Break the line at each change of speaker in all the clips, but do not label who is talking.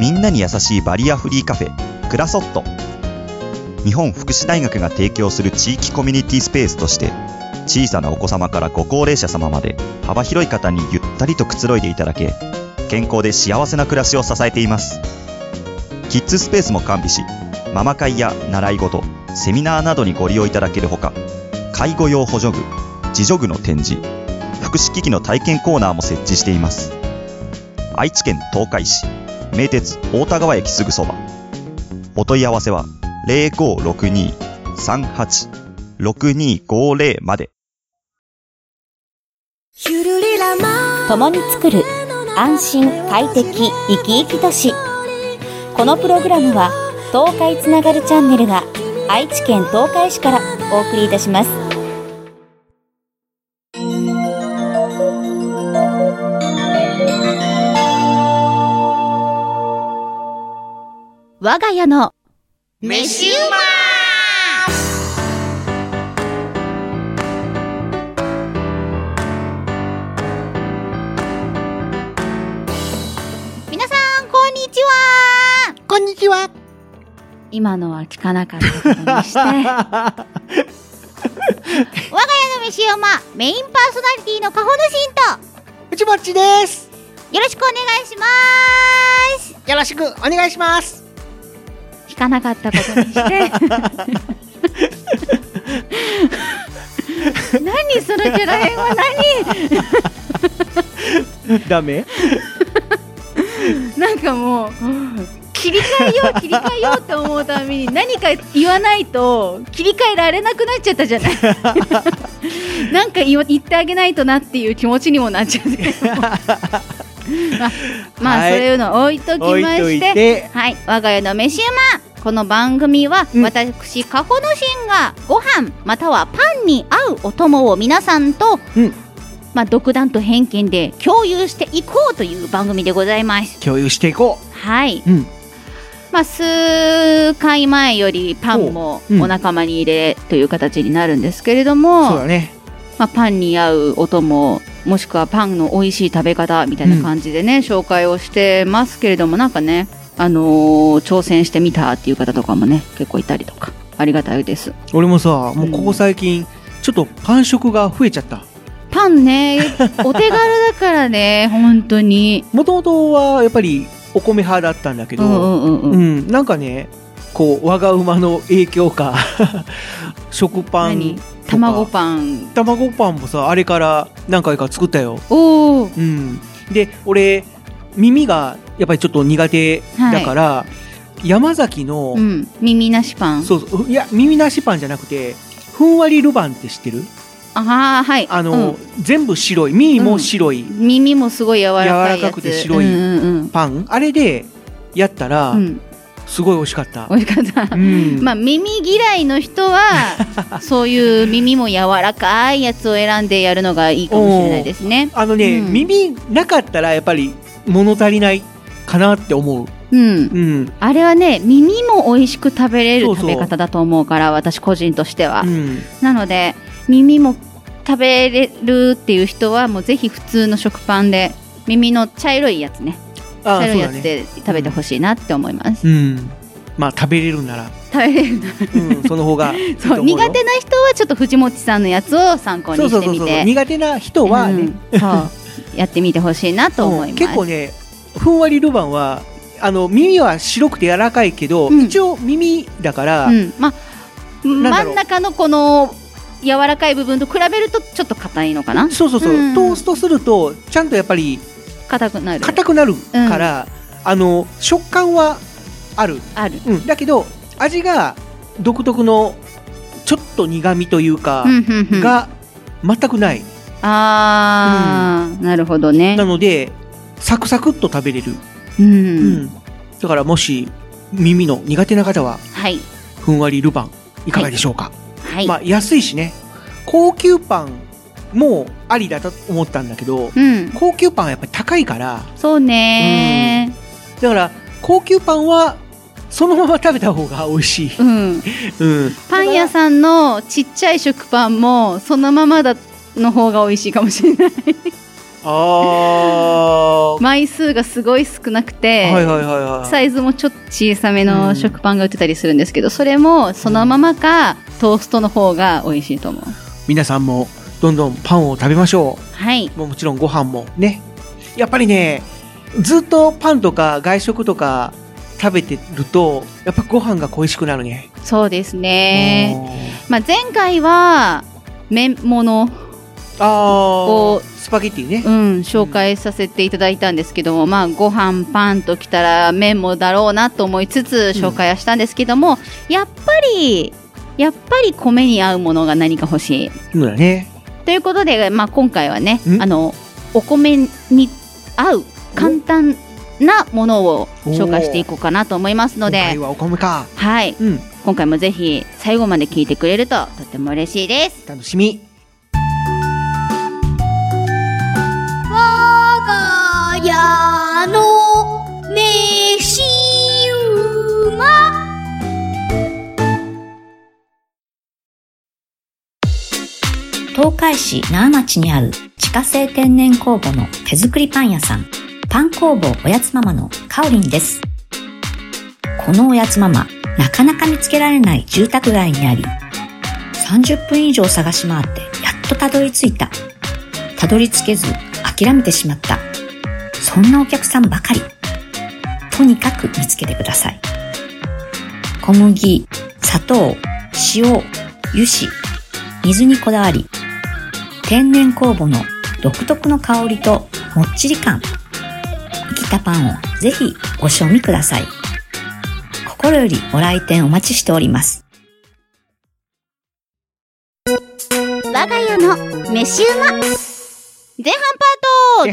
みんなに優しいバリアフリーカフェクラソット日本福祉大学が提供する地域コミュニティスペースとして小さなお子様からご高齢者様まで幅広い方にゆったりとくつろいでいただけ健康で幸せな暮らしを支えていますキッズスペースも完備しママ会や習い事セミナーなどにご利用いただけるほか介護用補助具自助具の展示福祉機器の体験コーナーも設置しています愛知県東海市名鉄大田川駅すぐそばお問い合わせは0562-38-6250まで
共に作る安心快適生き生き都市このプログラムは東海つながるチャンネルが愛知県東海市からお送りいたします我が家の
飯うま
皆さんこんにちは
こんにちは
今のは聞かなかった ことにして我が家の飯山メインパーソナリティのカホヌシンと
うちぼっちです
よろしくお願いします
よろしくお願いします
聞かなかったことにして 何そのキャラ変は
ダメ
何なんかもう切り替えよう切り替えようって思うたびに何か言わないと切り替えられなくなっちゃったじゃない なんか言わ言ってあげないとなっていう気持ちにもなっちゃって ままあ、
はい
そういうの置いときま
置いと
し
い
て
て
はい、我が家の飯馬この番組は
うん
私、カホノシンがご飯またはパンに合うお供を皆さんと、
うん
まあ、独断と偏見で共有していこうという番組でございます。
共有していこ
はい、
ううん
まあ、数回前よりパンも
おうん
お仲間に入れという形になるんですけれども、
そうだね
まあ、パンに合うお供もしくはパンの美味しい食べ方みたいな感じでね、紹介をしてますけれどもなんかね、あのー挑戦してみたっていう方とかもね結構いたりとかありがたいです
俺もさもうここ最近、ちょっとパン食が増えちゃった
パン ねお手軽だからね本当に
もともとはやっぱりお米派だったんだけ
う
ど、
んうんうんうん、
うん、なんかね、こう我が馬の影響か 食パン
何、卵パン
卵パンもさあれから何回か作ったよ。
おお
うん、で、俺耳がやっぱりちょっと苦手だから、山崎の、
うん耳なしパン
そうそういや耳なしパンじゃなくて。ふんわりルバンって知ってる
ああはい
あ
う
の、
ん
全部白い耳も白い
耳もすごい柔らかいやつ
柔らかくて白い
うんうん
パン、あれでやったら、
うん、うん、
すごい美味しかった、
美味しかった
うん
まあ、耳嫌いの人 はそういう耳も柔らかいやつを選んでやるのがいいかもしれないですね。
あのね、
うん
耳なかったらやっぱり物足りないかなって思う。
うん、
うん。
あれはね耳も美味しく食べれる
そうそ
食
う
べ方だと思うから私個人としては。
うん。
なので耳も食べれるっていう人はもうぜひ普通の食パンで耳の茶色いやつね茶
ああ、
色い
そ
うや
だ
つ
ね。
で食べてほしいなって思います。
うん。まあ食べれるなら、
食べれるな
うん、その 方がいいと
そう
思うよ。
苦手な人はちょっと藤本さんのやつを参考に
そう
し
そう
て
そう
み
そう。
て。
苦手な人はね、
うんそうやってみてほしいなと思い
うん
ます。
結構ね、ふんわりルバンはあの耳は白くて柔らかいけど、
うん
一応耳だから、
うん、まあ
なんだ
真
ろ
ん
う
中のこの柔らかい部分と比べるとちょっと硬いのかな
そうそうそう、
うん
トーストするとちゃんとやっぱり
硬くなる
硬くなるから、あの食感はある。
ある
うん、だけど味が独特のちょっと苦味というか、
うんうんうん
が全くない
あー、なるほどね
なのでサクサクっと食べれる、
う、
うんだからもし耳の苦手な方は
はい
ふんわりルパンいかがでしょうか、
はい、
まあ安いしね高級パンもありだと思ったんだけど
うん
高級パンはやっぱり高いから
そうね
だから高級パンはそのまま食べた方が美味しい、
うん、
うん、
パン屋さんのちっちゃい食パンもそのままだの方が美味しいかもしれない
あー、
枚数がすごい少なくて、
はいはいはいはい。
サイズもちょっと小さめの食パンが売ってたりするんですけど、それもそのままかトーストの方が美味しいと思う
皆さんもどんどんパンを食べましょ
はい、
う。もうもちろんご飯もね。やっぱりね、ずっとパンとか外食とか食べてると、やっぱご飯が恋しくなるね。
そうですね。まあ、前回は麺物
ああ
こ
ー、スパゲッティね
う。ん、紹介させていただいたんですけども、まあ、ご飯パンときたら麺もだろうなと思いつつ紹介はしたんですけども、やっぱりやっぱり米に合うものが何か欲しい
そうだね。
ということで、まあ、今回はね
ん
あのお米に合う簡単なものを紹介していこうかなと思いますの
今回
で、
はお米か。
はい、
うん、
今回もぜひ最後まで聞いてくれるととても嬉しいです。
楽しみ。
我が家の飯馬
東海市那覇町にある自家製天然酵母の手作りパン屋さん、パン工房おやつママのカオリンです。このおやつママ、なかなか見つけられない住宅街にあり、30分以上探し回ってやっとたどり着いた。たどり着けず諦めてしまった。そんなお客さんばかり。とにかく見つけてください。小麦、砂糖、塩、油脂、水にこだわり、天然酵母の独特の香りともっちり感。生きたパンをぜひご賞味ください。心よりご来店お待ちしております。
我が家の飯馬
前半パ
前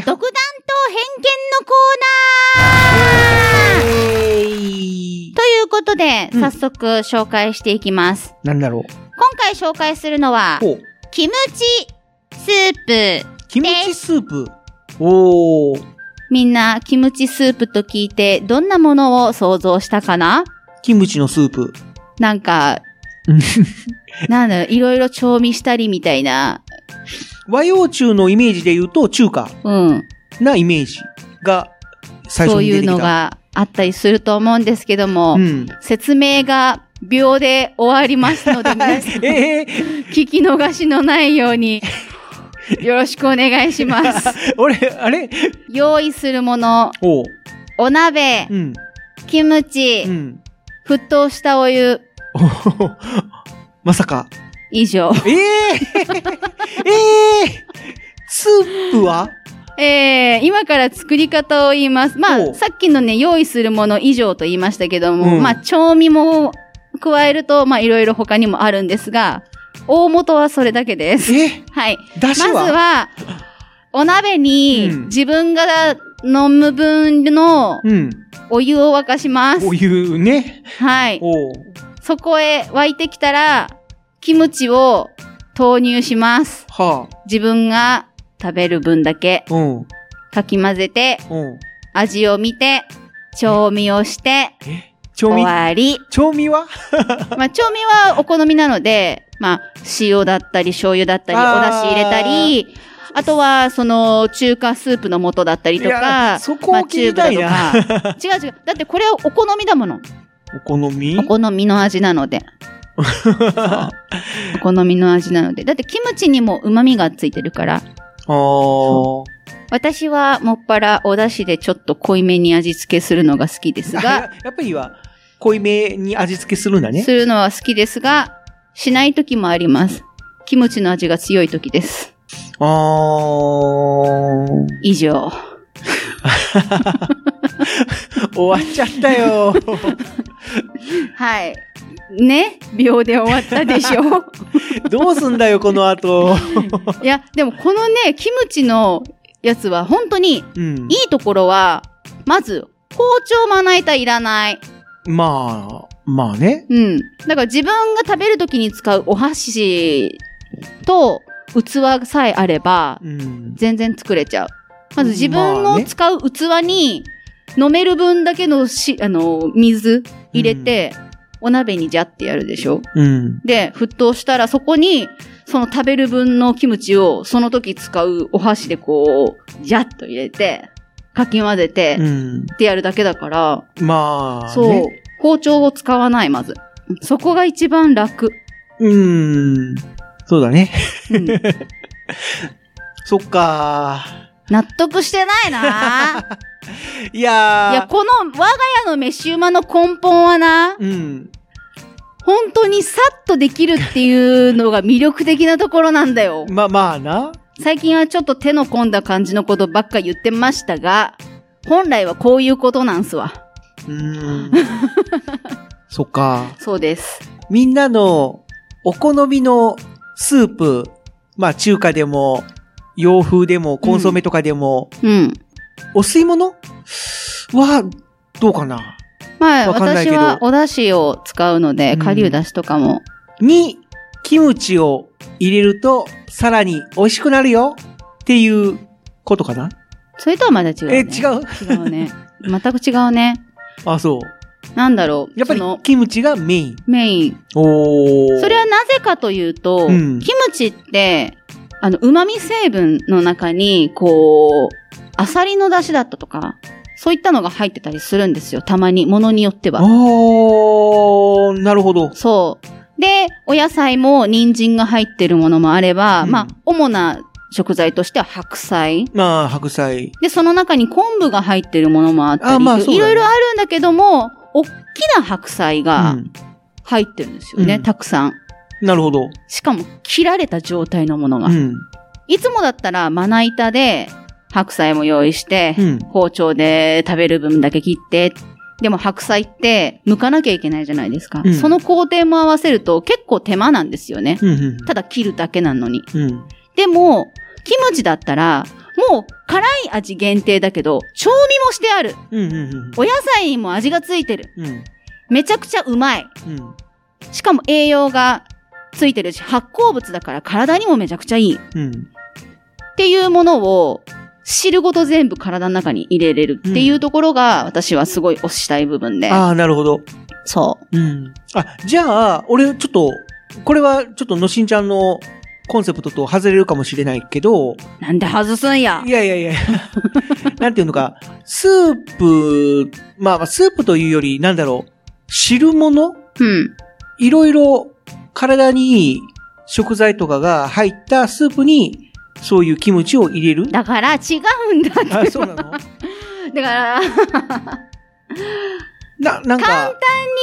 ート独断と偏
半
見のコーナーということで、
うん
早速紹介していきます。
なんだろ
今回紹介するのは
う。、お、
キムチスープ。
キムチスープ。おー、
みんな、キムチスープと聞いて、どんなものを想像したかな
キムチのスープ。
なんか
うん、
なんだろう、いろいろ調味したりみたいな。
和洋中のイメージで言うと中華
うん。
なイメージが最
そ
初
う
に
い
出
う
てきた。
のがあったりすると思うんですけども、
うん。、
説明が秒で終わりますので、皆さん
えー、
聞き逃しのないように、よろしくお願いし ます。
俺、あれ
用意するもの、
おう。
お鍋
う、ん。
キムチ、
うん。
沸騰したお湯、
おほほまさか。
以上。
えー、 えー、スープは
えー、今から作り方を言います。ま
お
あ、
う
さっきのね、用意するもの以上と言いましたけども、
うん
まあ、調味も加えると、まあ、いろいろ他にもあるんですが、大元はそれだけです。
え
はい。
だしは
まずは、お鍋に
うん
自分が飲む分の
うん。
お湯を沸かします。
お湯ね。
はい。
おう。
そこへ沸いてきたら、キムチを投入します。
は
自分が食べる分だけ
あ。うん。
かき混ぜて、
うん。
味を見て、調味をして、
調
終
味
わ り。
調味は
まあ、調味はお好みなので、まあ、塩だったり、醤油だったり、お
あー
出汁入れたり、あとは、その、中華スープの素だったりと
いや
か、
そこを聞きたいな
まあチューブだとか違 う違う。だってこれはお好みだもの。
お好み
お好みの味なので。
あ
お好みの味なので。だってキムチにも旨味がついてるから。
ー。
私はもっぱらお出汁でちょっと濃いめに味付けするのが好きです
あ
が、
ややっぱりは、濃いめに味付けするんだね
す。るのは好きですが、しない時もあります。キムチの味が強い時です。
あー。
以上。
終わっちゃった よ。
はい。ね秒で終わったでしょ
どうすんだよ、この後。
いや、でもこのね、キムチのやつは本当に
うん
い。いところは、まず、包丁まな板いらない。
まあ、まあね。
うん。だから自分が食べる時に使うお箸と器さえあれば、
うん。
全然作れちゃう。まず自分
まあ
の
ね
使う器に飲める分だけのし、あの、水入れて、お鍋にジャってやるでしょ
うん。
で、沸騰したらそこに、その食べる分のキムチを、その時使うお箸でこう、ジャッと入れて、かき混ぜて、
う
っ
ん。
てやるだけだから、
まあ、
そう
ね。。
包丁を使わない、まず。そこが一番楽。
うん。そうだね。
うん
そっか
納得してないな
いやー。
いや、この我が家の飯馬の根本はな、
うん。
本当にさっとできるっていうのが魅力的なところなんだよ。
まあまあな。
最近はちょっと手の込んだ感じのことばっか言ってましたが、本来はこういうことなんすわ。
うん。そっか。
そうです。
みんなのお好みのスープ、まあ中華でも、洋風でも、コンソメとかでも、
うん。
お吸い物は、どうかな
まあ、
わかんな
私
いけど
はお出汁を使うので、
うん
顆粒出汁とかも。
に、キムチを入れると、さらに美味しくなるよっていうことかな
それとはまだ違う、
え、
ね。
違う
違うね。全く違うね。
あ、そう。
なんだろう。
やっぱり
その
キムチがメイン。
メイン。
おー。
それはなぜかというと、
うん
キムチって、あの、旨味成分の中に、こう、アサリの出汁だったとか、そういったのが入ってたりするんですよ。たまに、ものによっては。
おー、なるほど。
そう。で、お野菜も人参が入ってるものもあれば、
うん
まあ、主な食材としては白菜。
まあ、白菜。
で、その中に昆布が入ってるものもあった
あ
り、
まあそうだね
いろいろあるんだけども、おっきな白菜
う
が
ん
入ってるんですよね、
うん
たくさん。
なるほど。
しかも、切られた状態のものが。
うん。
いつもだったら、まな板で白菜も用意して、
うん。
包丁で食べる分だけ切って、でも白菜って剥かなきゃいけないじゃないですか。
うん
その工程も合わせると結構手間なんですよね。
うん。うん
ただ切るだけなのに。
うん。
でも、キムチだったら、もう辛い味限定だけど、調味もしてある。
うん。うん。
お野菜にも味がついてる。
うん。うん。
めちゃくちゃうまい。
うん。
しかも栄養がついてるし、発酵物だから体にもめちゃくちゃいい。
うん。
っていうものを汁ごと全部体の中に入れれるっていうところが、私はすごい推したい部分で。
ああ、なるほど。
そ
うん。あ、じゃあ、俺、ちょっと、これは、ちょっと、のしんちゃんのコンセプトと外れるかもしれないけど、
う。なんで外すんや
い。やいやいや、 なんていうのか、スープ、まあまあ、スープというより、なんだろう、汁物
うん。
いろいろ体にいい食材とかが入ったスープに、そういうキムチを入れる。
だから違うんだって。
あ、そうなの
だから、
な、なん
簡単
か、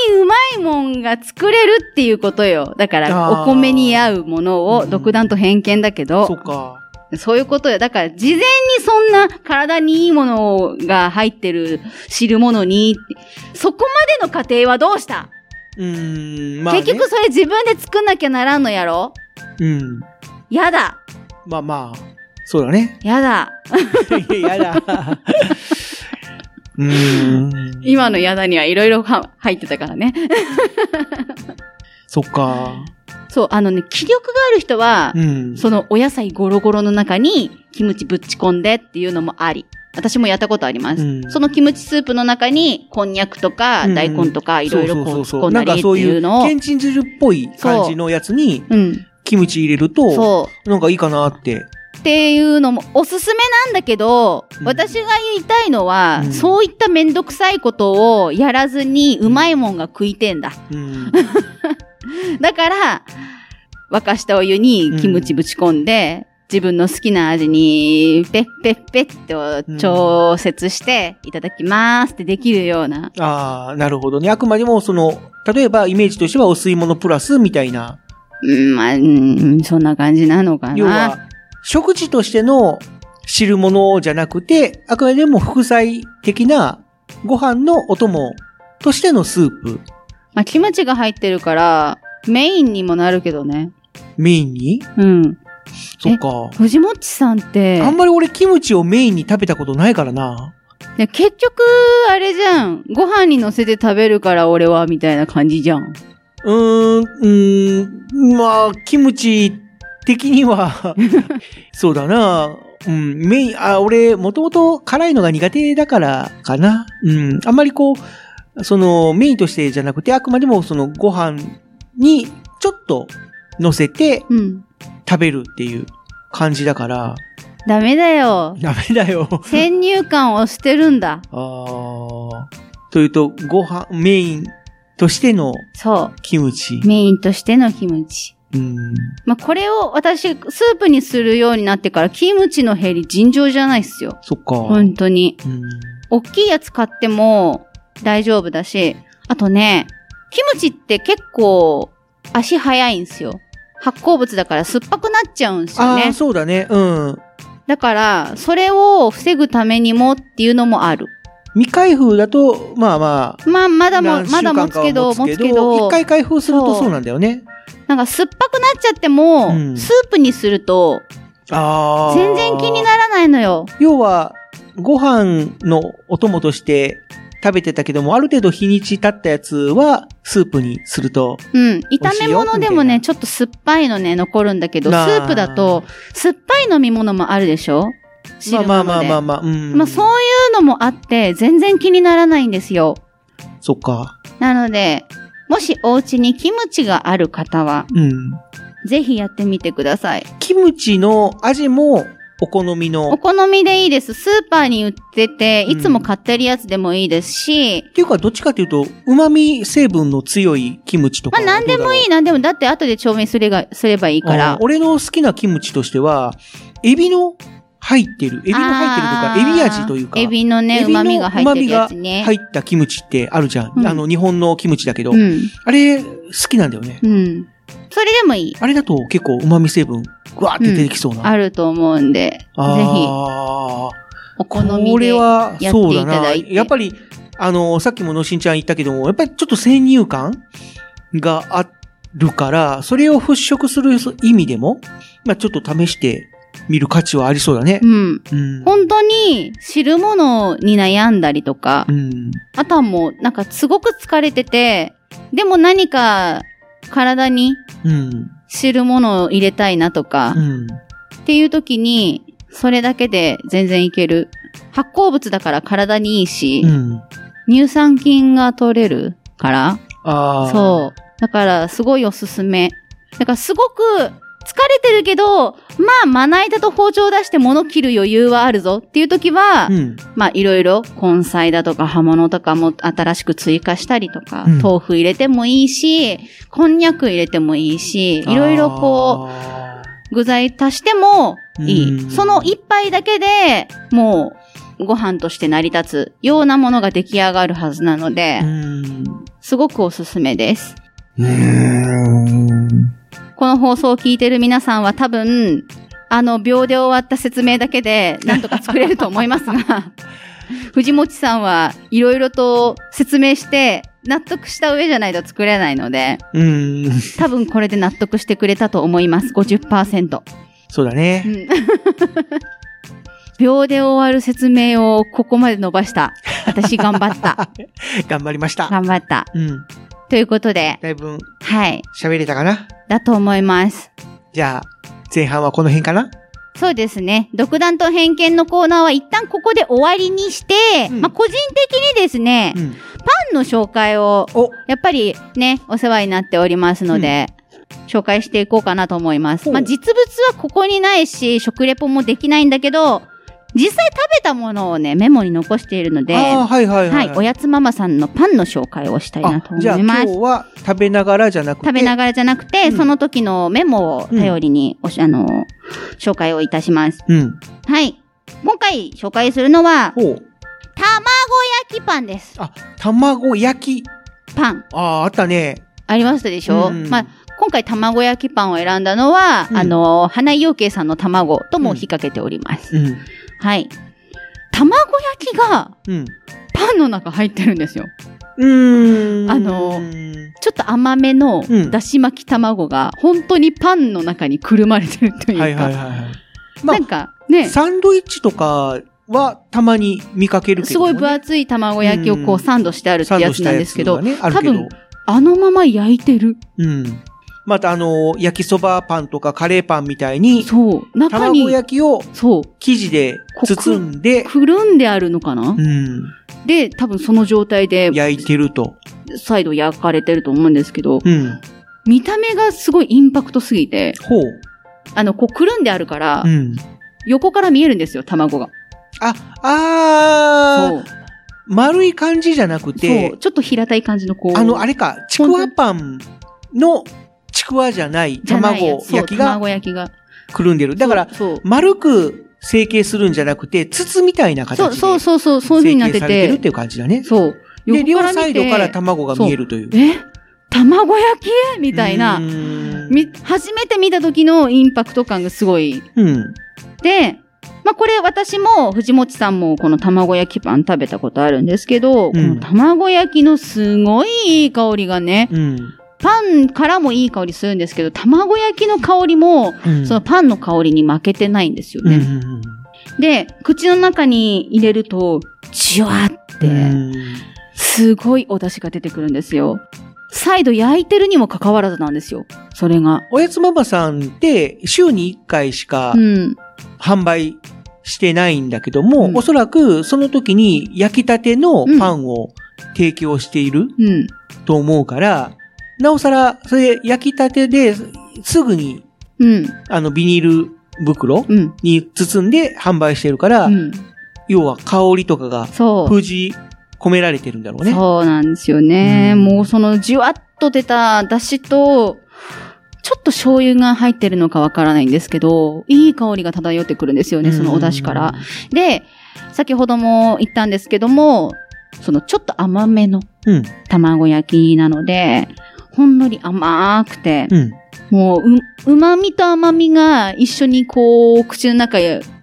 にうまいもんが作れるっていうことよ。だから、
あー
お米に合うもの
う
を
ん
独断と偏見だけど、
そうか。
そういうことよ。だから、事前にそんな体にいいものが入ってる汁物に、そこまでの過程はどうした、
うーん、まあ、ね。
結局それ自分で作んなきゃならんのやろ
うん。
やだ
まあまあ、そうだね。
やだ
いややだ。 うーん。
今のやだにはいろいろは入ってたからね。
そっか。
そう、あのね、気力がある人は
う、ん。
そのお野菜ゴロゴロの中にキムチぶっち込んでっていうのもあり。私もやったことあります。
うん
そのキムチスープの中に、こんにゃくとか
うん
大根とかいろいろこう
そ
突
うそう
っ
そ
込
う。
ん
な
だりっ
んか
て
そう
い
いうう、
のを
け。んちん汁っぽい感じのやつに、
うん。
キムチ入れると、
そう。
なんかいいかなって。
っていうのもおすすめなんだけど、
うん
私が言いたいのは、
うん
そういっためんどくさいことをやらずにうまいもんが食いてんだ。
うん。
だから、沸かしたお湯にキムチぶち込んで、自分の好きな味に、ペッペッペッと調節して、いただきますってできるような。
ああ、なるほどね。あくまでも、その、例えばイメージとしてはお吸い物プラスみたいな。
うん、まあ、うん、そんな感じなのか
要
な。
は、食事としての汁物じゃなくて、あくまでも副菜的なご飯のお供としてのスープ、
まあ、キムチが入ってるから、メインにもなるけどね。
メインに
うん。
そっか。
藤もっちさんって、
あんまり俺キムチをメインに食べたことないからな。
ね結局、あれじゃん。ご飯に乗せて食べるから俺は、みたいな感じじゃん。
うーん、うーん、まあ、キムチ的に は、そうだな。うん、メイン、あ、俺、もともと辛いのが苦手だからかな。うん、あんまりこう、その、メインとしてじゃなくて、あくまでもその、ご飯に、ちょっと、乗せて、
うん。
食べるっていう感じだから、
ダメだ よ。
ダメだよ。
先入観を捨てるんだ。
あーというと、ご飯、メインとしての
そ
キムチ
う。。メインとしてのキムチ。
うん。
まあ、これを私、スープにするようになってから、キムチの減り尋常じゃないっすよ。
そっか。
本当に。
うん。
大きいやつ買っても大丈夫だし、あとね、キムチって結構足早いんですよ。発酵物だから酸っぱくなっちゃうんですよ
ああ、
ね。
そうだね。うん。
だから、それを防ぐためにもっていうのもある。
未開封だと、まあまあ、
まあ、まだも、
何週
まだ
間
持つ
か
けど、
は
持つけど
一、回開封すると
そう
そうなんだよね。
なんか酸っぱくなっちゃっても、
うん
スープにすると、
ああ。
全然気にならないのよ。
要は、ご飯のお供として食べてたけども、ある程度日にち経ったやつは、スープにすると。
うん。
美味
炒
し
め
いよ
物で
みた
も
いな
ね、ちょっと酸っぱいのね、残るんだけど、ス
なあ
ープだと、酸っぱい飲み物もあるでしょ
まあまあまあまあ
あ。
まあ、うん。
まあそういうのもあって、全然気にならないんですよ。
そっか。
なので、もしお家にキムチがある方は、
うん。
ぜひやってみてください。
キムチの味も、お好みの。
お
っ
好みでいいです。スーパーに売ってて、
うん
いつも買ってるやつでもいいですし、
ていうか、どっちかというと、旨味成分の強いキムチとか
まあ
はどうだろ
何
う。
でもいい、何でも、だって後で調味すれが、すればいいか
うん
ら。
俺の好きなキムチとしては、エビの入ってる、エビの入ってるというか、エビ味というか、
エビのね、
エビの
旨味が入ってるやつね。
入ったキムチってあるじゃん。
うん
あの、日本のキムチだけど、
うん。
あれ、好きなんだよね。
うん。それでもいい。
あれだと結構旨味成分、ぐわーって出てきそうな。
あると思うんで、ぜひ、
あー
お好みで。
これは、
やって
そうだ
いた
な。
だいて
やっぱり、あの、さっきものしんちゃん言ったけども、やっぱりちょっと先入観があるから、それを払拭する意味でも、まあちょっと試してみる価値はありそうだね
う。ん。
うん。
本当に汁物に悩んだりとか
う、ん。
あとはもうなんかすごく疲れてて、でも何か体に
うん。
汁物を入れたいなとか
う、ん。
っていう時に、それだけで全然いける。発酵物だから体にいいし、
うん。
乳酸菌が取れるから、
ああ。
そう。だから、すごいおすすめ。だから、すごく、疲れてるけど、まあ、まな板と包丁出して物切る余裕はあるぞっていう時は、
うん。
まあ、いろいろ、根菜だとか葉物とかも新しく追加したりとか、
うん
豆腐入れてもいいし、こんにゃく入れてもいいし、いろいろこ
あ
う、具材足してもい
うん
い。その一杯だけで、もう、ご飯として成り立つようなものが出来上がるはずなので
ー。う、ん。
すごくおすすめです。
うーん。
この放送を聞いてる皆さんは多分、あの、秒で終わった説明だけで、なんとか作れると思いますが、藤持さんはいろいろと説明して、納得した上じゃないと作れないので、
うん。
多分これで納得してくれたと思います。50%。
そうだ
う
ね。
ん秒で終わる説明をここまで伸ばした。私頑張った。
頑張りました。
頑張った。
うん。
ということで、
だいぶ
はい。
喋れたかな
だと思います。
じゃあ、前半はこの辺かな
そうですね。独断と偏見のコーナーは一旦ここで終わりにして、
うん
まあ個人的にですね、
う
パ
ん。
ンの紹介を、
お、
やっぱりね、お世話になっておりますので、紹介していこうかなと思います。
ほう
まあ実物はここにないし、食レポもできないんだけど、実際食べたものをね、メモに残しているので、
ああ、はいはいは。
はいい、おやつママさんのパンの紹介をしたいなと
あじゃあ
思い
今
ま
日
す。
は食べながらじゃなくて。
食べながらじゃなくて、
うん
その時のメモを頼りに、おしあの、紹介をいたします。
うん。
はい。今回紹介するのは、
ほう。
卵焼きパンです。
あ、卵焼き。
パン。
ああ、あったね。
ありましたでしょ、
うん
まあ、今回卵焼きパンを選んだのは、
うん
あの、花井陽慶さんの卵とも引っ掛けております。
うん。
はい。卵焼きが
うん。
パンの中入ってるんですよ。
うーん。
あのちょっと甘めの
うん
だし巻き卵が本当にパンの中にくるまれてるというか、
はいはいはいはい。ま
なんかね、
サンドイッチとかはたまに見かけるけ
す
ども
ご
ね、
い分厚い卵焼きをこ
うん
うサンドしてあるってやつなんですけど、
サンドしたやつがね、あるけど
多分あのまま焼いてる。
うん。またあの、焼きそばパンとかカレーパンみたいに、
そう。中
卵
に、
焼きを
そう。
生地で包んで、
くるんであるのかな
う、ん。
で、多分その状態で
焼いてると。
再度焼かれてると思うんですけど、
うん。
見た目がすごいインパクトすぎて、
ほう。
あの、こうくるんであるから、
うん。
横から見えるんですよ、卵が。
あ、あー、
そう。
丸い感じじゃなくて
そう。、ちょっと平たい感じのこう。
あの、あれか、ちくわパンのちくわじゃない
じゃないや
卵
そう
焼きが
卵焼きが。
くるんでる。だから、
そう。
丸く成形するんじゃなくて、筒みたいな形
そう
で
そうそうそう、そういう風
成
になっ
形
て。
されてるってていう感じだね。
そう。
で、
横
両
から見
サ
て
イドから卵が見えるという。
え卵焼きみたいな
う。ーん
み、初めて見た時のインパクト感がすごい。
うん。
で、まあこれ私も藤本さんもこの卵焼きパン食べたことあるんですけど、この卵焼きのすごいいい香りがね、
うん。
パンからもいい香りするんですけど、卵焼きの香りも、
うん
そのパンの香りに負けてないんですよ
うんう
ね。
んうん
で、口の中に入れると、じわって、
うん
すごいお出汁が出てくるんですよ。再度焼いてるにもかかわらずなんですよ。それが。
おやつママさんって、週に1回しか
うん。
販売してないんだけども、
うん
おそらくその時に焼きたてのパンを提供している
うん。
と思うから、なおさら、それ焼きたてですぐに、
うん。
あの、ビニール袋
うん。
に包んで販売してるから、
うん。
要は香りとかが
そう。
封じ込められてるんだろうね。
そうなんですよね。
うん
もうそのじわっと出た出汁と、ちょっと醤油が入ってるのかわからないんですけど、いい香りが漂ってくるんですよね、そのお出汁から。で、先ほども言ったんですけども、そのちょっと甘めの
うん。
卵焼きなので、ほんのり甘くて、
うん。
もう、う、旨味と甘みが一緒にこう、口の中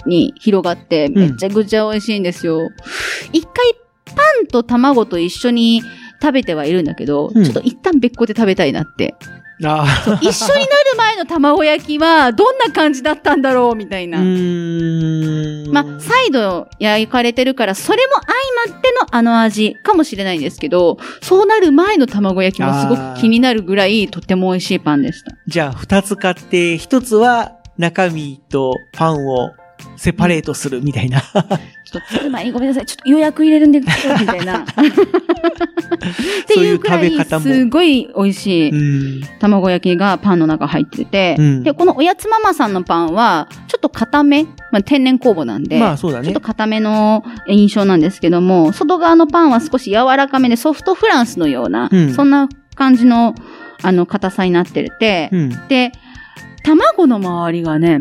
に広がって、めっちゃぐちゃ美味しいんですよ。一回、パンと卵と一緒に食べてはいるんだけど、
うん
ちょっと一旦別個で食べたいなって。
ああ。
一緒になる前の卵焼きは、どんな感じだったんだろうみたいうな。
ーん。
まあ、再度焼かれてるから、それも相まってのあの味かもしれないんですけど、そうなる前の卵焼きもすごく気になるぐらい、とっても美味しいパンでした。
じゃあ、二つ買って、一つは中身とパンをセパレートするみた いな。
ちょっと作る前にごめんなさい、ちょっと予約入れるんで、みたいな。っていうくら
そういう食べ
い、
方も
すごい美味し
う
い
ん。
卵焼きがパンの中入ってて、
うん
で、このおやつママさんのパンは、ちょっと固め、まあ、天然酵母なんで、
まあ、そうだ
ちょっ
ね
と。固めの印象なんですけども、外側のパンは少し柔らかめでソフトフランスのような、
うん
そんな感じの、あの、硬さになってて、
うん。
で、卵の周りがね、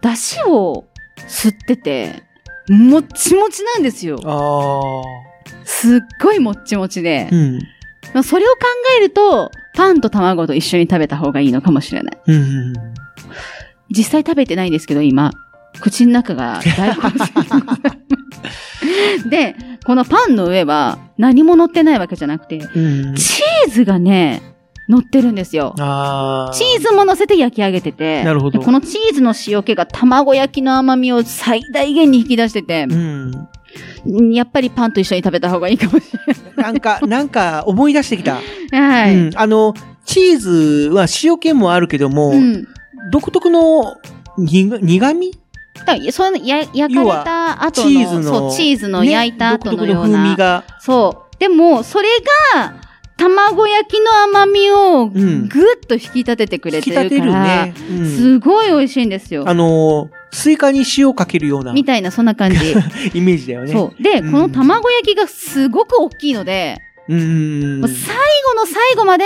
出汁を吸ってて、もっちもちなんですよ。
あ
すっごいもっちもちで
あ。う。ん。
まあそれを考えると、パンと卵と一緒に食べた方がいいのかもしれない。
うんうんうん。
実際食べてないんですけど、今。口の中が大混 戦。で、このパンの上は何も乗ってないわけじゃなくて、チ
うん。
ーズがね、乗ってるんですよ。
ああ。
チーズも乗せて焼き上げてて。
なるほど
でこのチーズの塩気が卵焼きの甘みを最大限に引き出してて
う、ん。
うんやっぱりパンと一緒に食べた方がいいかもし
なんか、 なんか思い出してきた。
れない。はい。
うん。あの、チーズは塩気もあるけども、
うん。
独特のに苦味
だからそのや焼かれた後の
チーズの
そうチーズの
ね
焼いた後のよう
独特の風
な、
味が。
そうでもそれが卵焼きの甘みをぐ
ん
っと引き立ててく
引
れて
き立
る
て
か
る
ら、
ね。うん。
すごい美味しいんですよ
あのー、スイカに塩かけるような
み
イ
たいなそんな感 じ、
メージだよね。
そうで、
うん
この卵焼きがすごく大きいので、
うーん。
もう最後の最後まで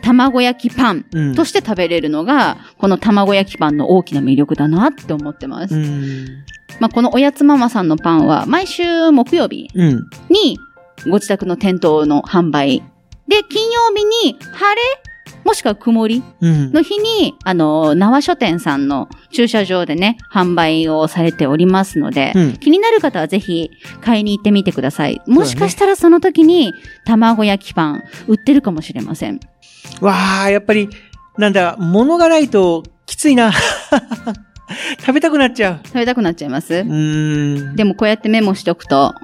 卵焼きパン
うん
として食べれるのが、この卵焼きパンの大きな魅力だなって思ってます、
うん。
まあ、このおやつママさんのパンは毎週木曜日
うん。
にご自宅の店頭の販売。で、金曜日に晴れもしくは曇り
うん。
の日に、あの、縄書店さんの駐車場でね、販売をされておりますので、
うん
気になる方はぜひ買いに行ってみてください。もしかしたらその時に卵焼きパン売ってるかもしれません。
わあ、やっぱり、なんだ、物がないときついな。食べたくなっちゃ
食べたくなっちゃいます
う。う。ーん。
でもこうやってメモしとくと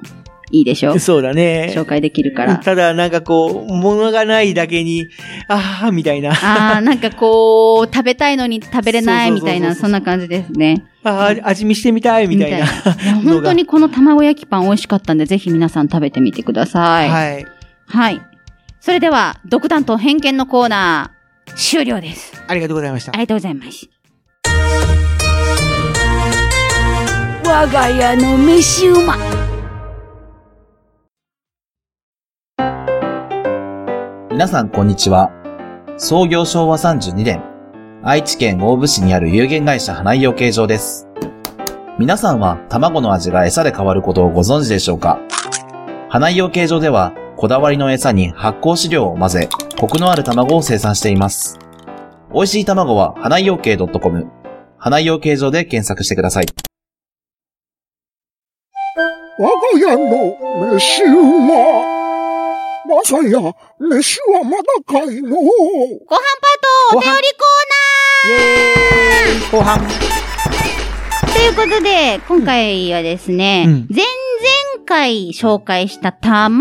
いいでしょ
そうだね。
紹介できるから。
ただ、なんかこう、物がないだけに、ああ、みたいな。あ
あー、なんかこう、食べたいのに食べれないみたいな、
そうそうそうそう
そんな感じですね。
あー、味見してみたい、みたいな。
みいや本当にこの卵焼きパン美味しかったんで、ぜひ皆さん食べてみてください。はい。
はい。
それでは、独断と偏見のコーナー、終了です。
ありがとうございました
あ。りがとうございます。
我が家の飯馬
皆さん、こんにちは。創業昭和32年、愛知県大府市にある有限会社花井養鶏場です。皆さんは卵の味が餌で変わることをご存知でしょうか花井養鶏場では、こだわりの餌に発酵飼料を混ぜ、コクのある卵を生産しています。美味しい卵は、花井養鶏 .com、花井養鶏場で検索してください。
我が家の飯は、まさや、飯はまだかいのう。
ご飯パートお便り
後半。
コーナーということで、今回はですね、
うん
前々回紹介した卵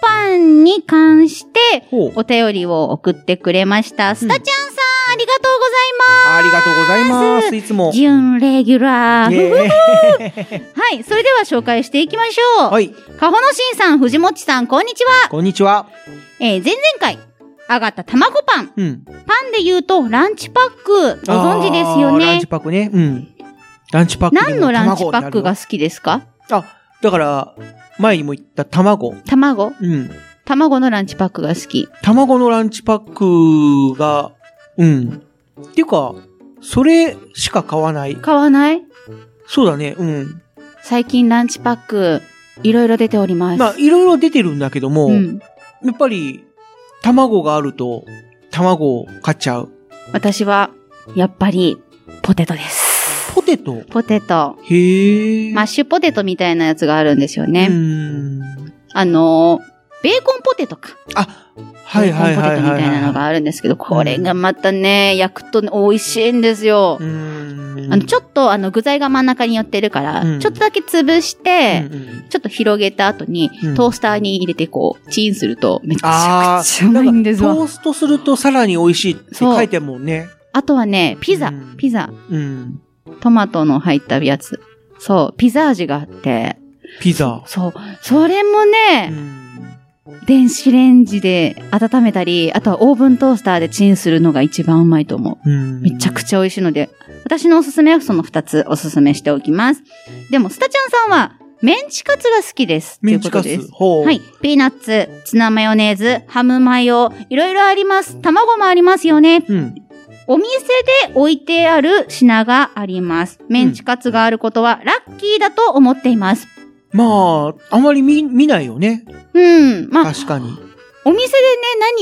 パンに関して、
ほう。
お便りを送ってくれました。スタちゃんさん、ありがとう
ありがとうございます。いつも。
ございます。準レギュラー。
イエ
はい、それでは紹介していきましょ
ー
う。
イはい。
カホノシンさん、藤もちさん、こんにちは。
こんにちは。
えー前々回、上がった卵パン。
うん。
パンで言うと、ランチパック、ご存知ですよ
あーラン
ね
チ。パックね。うん。ランチパックでも
何のランチパックが
卵
好きですか
だから、前にも言った卵。
卵
うん。
卵のランチパックが好き。
卵のランチパックが、うん。っていうか、それしか買わない。
買わない
そうだね。うん。
最近ランチパック、いろいろ出ております。
まあ、いろいろ出てるんだけども、
うん。
やっぱり、卵があると、卵を買っちゃう。
私は、やっぱり、ポテトです。
ポテト。
ポテト。
へえ。
マッシュポテトみたいなやつがあるんですよね。
うーん。
あのー、ベーコンポテトか。
あ、はいはいはい
ベ
はい、
ーコンポテト
はい。
みたいなのがあるんですけど、これがまたね、焼くとね美味しいんですよ。
うーん。
あの、ちょっとあの、具材が真ん中に寄ってるから、
うん
ちょっとだけ潰して、
うんうん
ちょっと広げた後に、
うん
トースターに入れてこう、チンするとめちゃ
あ
くちゃ
ー
うまいん
な
で
ん
す
かト
わ。
ーストするとさらに美味しいって
そう
書いてあるもんね。
あとはね、ピザ、
うん
ピザ、
うん。
トマトの入ったやつ。そう、ピザ味があって。
ピザ。
そう、それもね、
うん
電子レンジで温めたり、あとはオーブントースターでチンするのが一番うまいと思う。
うん
めちゃくちゃ美味しいので、私のおすすめはその2つおすすめしておきます。でも、スタちゃんさんは、メンチカツが好きです。
メンチカ
ということ
ツ。
です。
ほう。
はい。。ピーナッツ、ツナマヨネーズ、ハムマヨ、いろいろあります。卵もありますよね。
うん。
お店で置いてある品があります。メンチカツがあることはラッキーだと思っています。
まあ、あまり見、見ないよね。
うん。まあ、
確かに。
お店でね、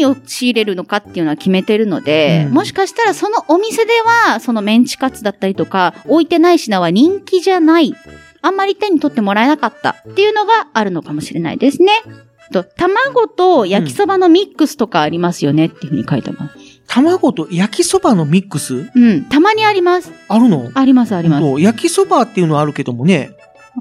何を仕入れるのかっていうのは決めてるので、
うん
もしかしたらそのお店では、そのメンチカツだったりとか、置いてない品は人気じゃない。あんまり手に取ってもらえなかったっていうのがあるのかもしれないですね。と、卵と焼きそばのミックスとかありますよねっていうふうに書いてます。
卵と焼きそばのミックス
うん。たまにあります。
あるの
あります、あります。
そう焼きそばっていうのはあるけどもね。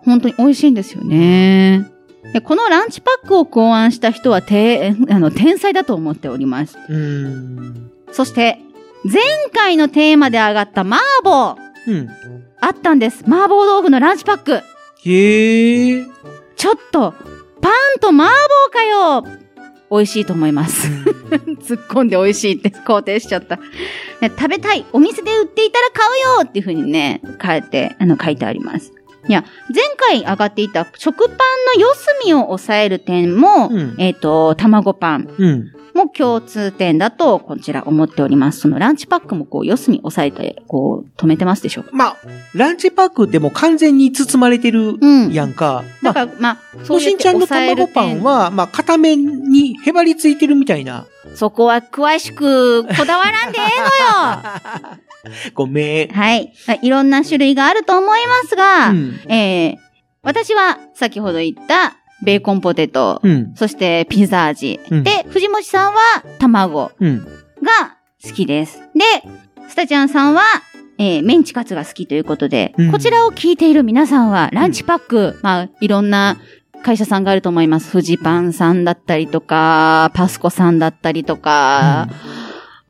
本当に美味しいんですよね。でこのランチパックを考案した人は、て、 あの、天才だと思っております。
うーん。
そして、前回のテーマで上がった麻婆
うん。
あったんです。麻婆豆腐のランチパック。
へ え。
ちょっと、パンと麻婆かよ美味しいと思います。 突っ込んで美味しいって肯定しちゃった。ね食べたいお店で売っていたら買うよっていう風にね、書いて、あの、書いてあります。いや、前回上がっていた食パンの四隅を抑える点も、
うん
えっ、と、卵パン
うん。
も共通点だと、こちら思っております。そのランチパックもこう、四隅押さえて、こう、止めてますでしょうか。
まあ、ランチパックでも完全に包まれてる
うん。
やんか。ま
だ
あ
から、まあ、そ
お
うや
し
っ
ん
て
ちゃんの
抑え
卵
る
パン
点、
は、まあ、片面にへばりついてるみた いな。
そこは詳しくこだわらんでええ のよ
ごめん。
はい。いろんな種類があると思いますが、
うん。
えー、私は先ほど言ったベーコンポテト、
うん。
そしてピザ味。
うん
で、藤本さんは卵
うん。
が好きです。で、スタちゃんさんは、えーメンチカツが好きということで、
うん
こちらを聞いている皆さんは、ランチパック、まあ、いろんな会社さんがあると思います。フジパンさんだったりとか、パスコさんだったりとか、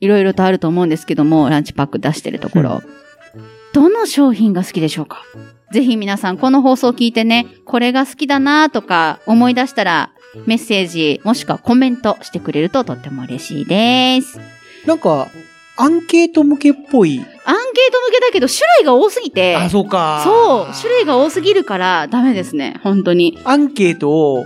いろいろとあると思うんですけども、ランチパック出してるところ。どの商品が好きでしょうかぜひ皆さん、この放送を聞いてね、これが好きだなとか思い出したら、メッセージ、もしくはコメントしてくれるととっても嬉しいです。
なんか、アンケート向けっぽい。
アンゲート向けだけど、種類が多すぎて。
あ、そうか。
そう、種類が多すぎるからダメですね、本当 に。
アンケートを、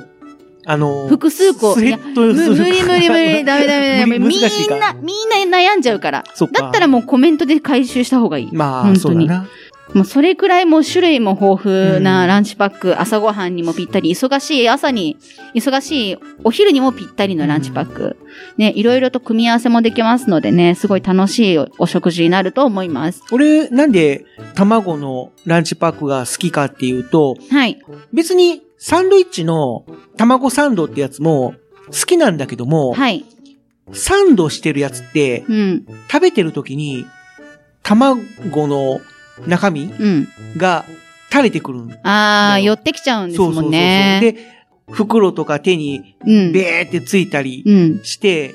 あの、
複数個。
ス
い
レ
や
ッド
む
する
無理無理無 理、ダメダメダメ。
無
み
理
ん
難しいか
な、みんな悩んじゃうから。
そっか
だったらもうコメントで回収した方がいい。
まあ、
本
そ
当
うだ
に。
な。
もうそれくらいもう種類も豊富
う
なんランチパック、朝ごはんにもぴったり、忙しい朝に、忙しいお昼にもぴったりのランチパック。ね、いろいろと組み合わせもできますのでね、すごい楽しいおお食事になると思います。
俺、なんで、卵のランチパックが好きかっていうと、
はい。
別に、サンドイッチの卵サンドってやつも好きなんだけども、
はい。
サンドしてるやつって、
うん。
食べてる時に、卵の中
う
身
ん。
が垂れてくるんで
あー、寄ってきちゃうんですもんね。
で、袋とか手に
うん。
ベーってついたり
うん。
して、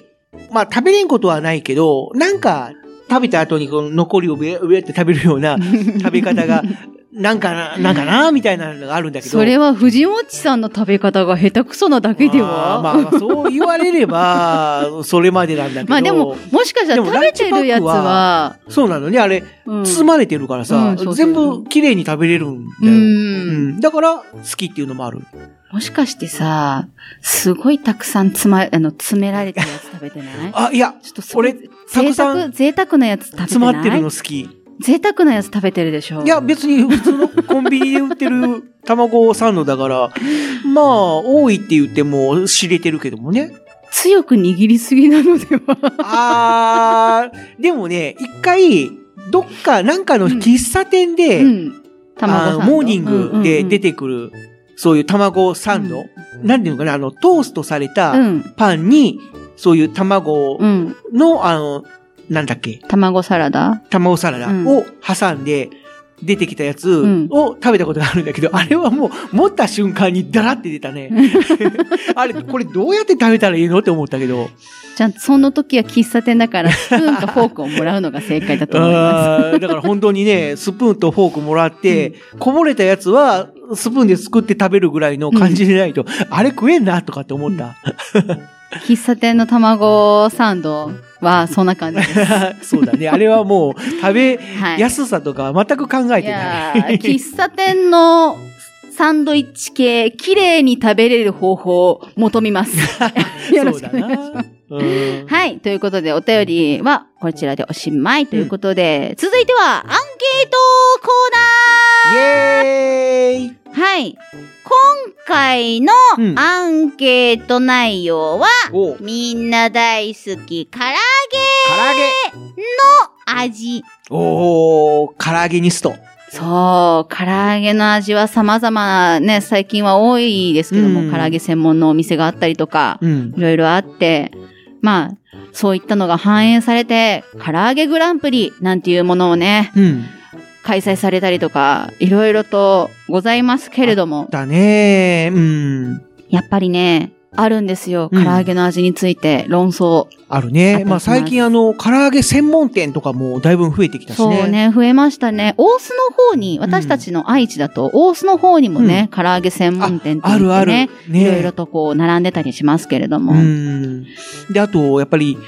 まあ食べれんことはないけど、なんか食べた後にこの残りをベーベーって食べるような食べ方が、なんかな、なんかな、みたいなのがあるんだけど。
それは藤本さんの食べ方が下手くそなだけでは
あーまあまあ、そう言われ れば、それまでなんだけど。
まあでも、もしかしたら食べてるやつは、
そうなのね、あれ、
うん
包まれてるから
う
さ
んそうそ、う
全部綺麗に食べれるんだ
う
よ。
ん。
だから、好きっていうのもある。
もしかしてさ、すごいたくさんつま、あの、詰められてるやつ食べてない
あ、いや、
ちょっとすごい
俺たくさん
贅沢、贅沢なやつ食べてない
詰まってるの好き。い
贅沢なやつ食べてるでしょ
や、別に普通のコンビニで売って る卵サンドだから、まあ、多いって言っても知れてるけどもね。
強く握りすぎなのでは
あ ー、でもね、一回、どっか、なんかの喫茶店で、
うん。
あ
卵
の
サンド
モーニングで出てくる、そういう卵サンド、なんていうのかな、あの、トーストされ
うんう
た
んうん。
パンに、そういう卵
うん。うん。
の、あの、なんだっけ、
卵サラダ
卵サラダ
うん
を挟んで、出てきたやつ
ん
を食べたことがあるんだけど、あれはもう持った瞬間にダラって出たね。 あれ、これどうやって食べたらいいのって思ったけど。
じゃあ、その時は喫茶店だ から、スプーンかフォークをもらうのが正解だと思います。
あーだから本当にね、スプーンとフォークもらって、こぼれたやつは、スプーンですくって食べるぐらいの感じでないと、あれ食えんなとかって思った。
喫茶店の卵サンドは、そんな感じです。
そうだね。あれはもう、食べ
はい。
やすさとかは全く考え
い
て
や
ない。
ー喫茶店のサンドイッチ系、綺麗に食べれる方法を求め ます。よろしくお願いします。
そうだなうん
はい。ということで、お便りはこちらでおしまいということで、続いては、アンケートコ
イエーイ
ーナーはい。今回の
うん
アンケート内容は、
お唐
みんな大好き、唐揚
揚げ
げの味。
おー、唐揚げにスト。
そう、唐揚げの味は様々ね、最近は多いですけども、
うん
唐揚げ専門のお店があったりとか、
うん。
いろいろあって、まあ、そういったのが反映されて、唐揚げグランプリなんていうものをね、
うん。
開催されたりとか、いろいろとございますけれども、
だねー。うん。
やっぱりね、あるんですよ、
う
唐
ん
揚げの味について論争。
ある
あ
ね。
と
まあ最近あの、唐揚げ専門店とかもだいぶ増えてきたし
そう
ね。
ね、増えましたね。大須の方に、私たちの愛知だと、大須の方にもね、唐揚げ専門店って言ってね、
あるある。ね。
いろいろとこう、並んでたりしますけれども。
う。ん。で、あと、やっぱり、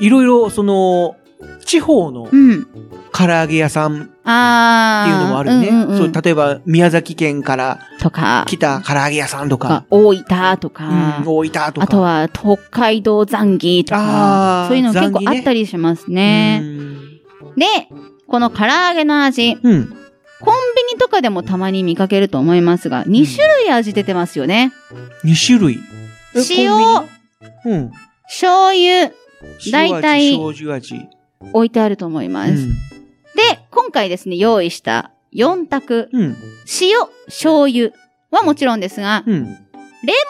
いろいろ、その、地方の
うん。
唐揚げ屋さんって
あ
いう
ー。
のもあるね。
んんん
そう、例えば、宮崎県から
とか、
来た唐揚げ屋さんと
とか
か、
大分と
う
か
ん、、大分とか。
あとは北海道残儀と
あー
か、そういうの結構
ザンギ
あ
ね
ったりします
う
ね。
ん、
で、この唐揚げの味、
うん。
コンビニとかでもたまに見かけると思いますが、2種類味出てますよね。
2種類。え
塩、
コンビニうん。
醤油、大体
塩味、醤油味。
置いてあると思います。で、今回ですね、用意した4択。
うん。うん。
塩、醤油はもちろんですが、
うん。
レ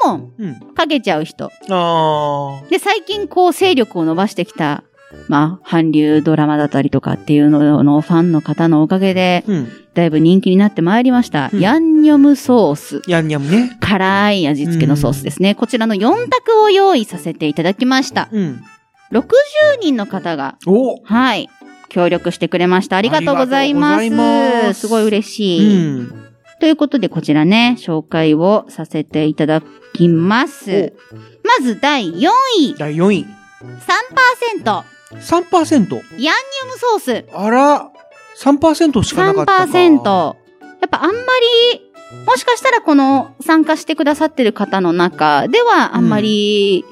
モン
うん。
かけちゃう人。
あー。
で、最近こう勢力を伸ばしてきた、まあ、韓流ドラマだったりとかっていうののファンの方のおかげで、
うん。
だいぶ人気になってまいりました。
うん
ヤンニョムソース。
ヤンニャムね。
辛い味付けのソースですね。こちらの4択を用意させていただきました。
うん。
60人の方が、
お
はい、協力してくれました。ありがとうございます。
ありがとうございます
すごい嬉
う
しい。
ん。
ということで、こちらね、紹介をさせていただきます。まず第4位、
第4位。
3%、ヤンニ
3%。
ョムソース。
あら、 3%しかなかったか。
3%。やっぱあんまり、もしかしたらこの参加してくださってる方の中ではあんまり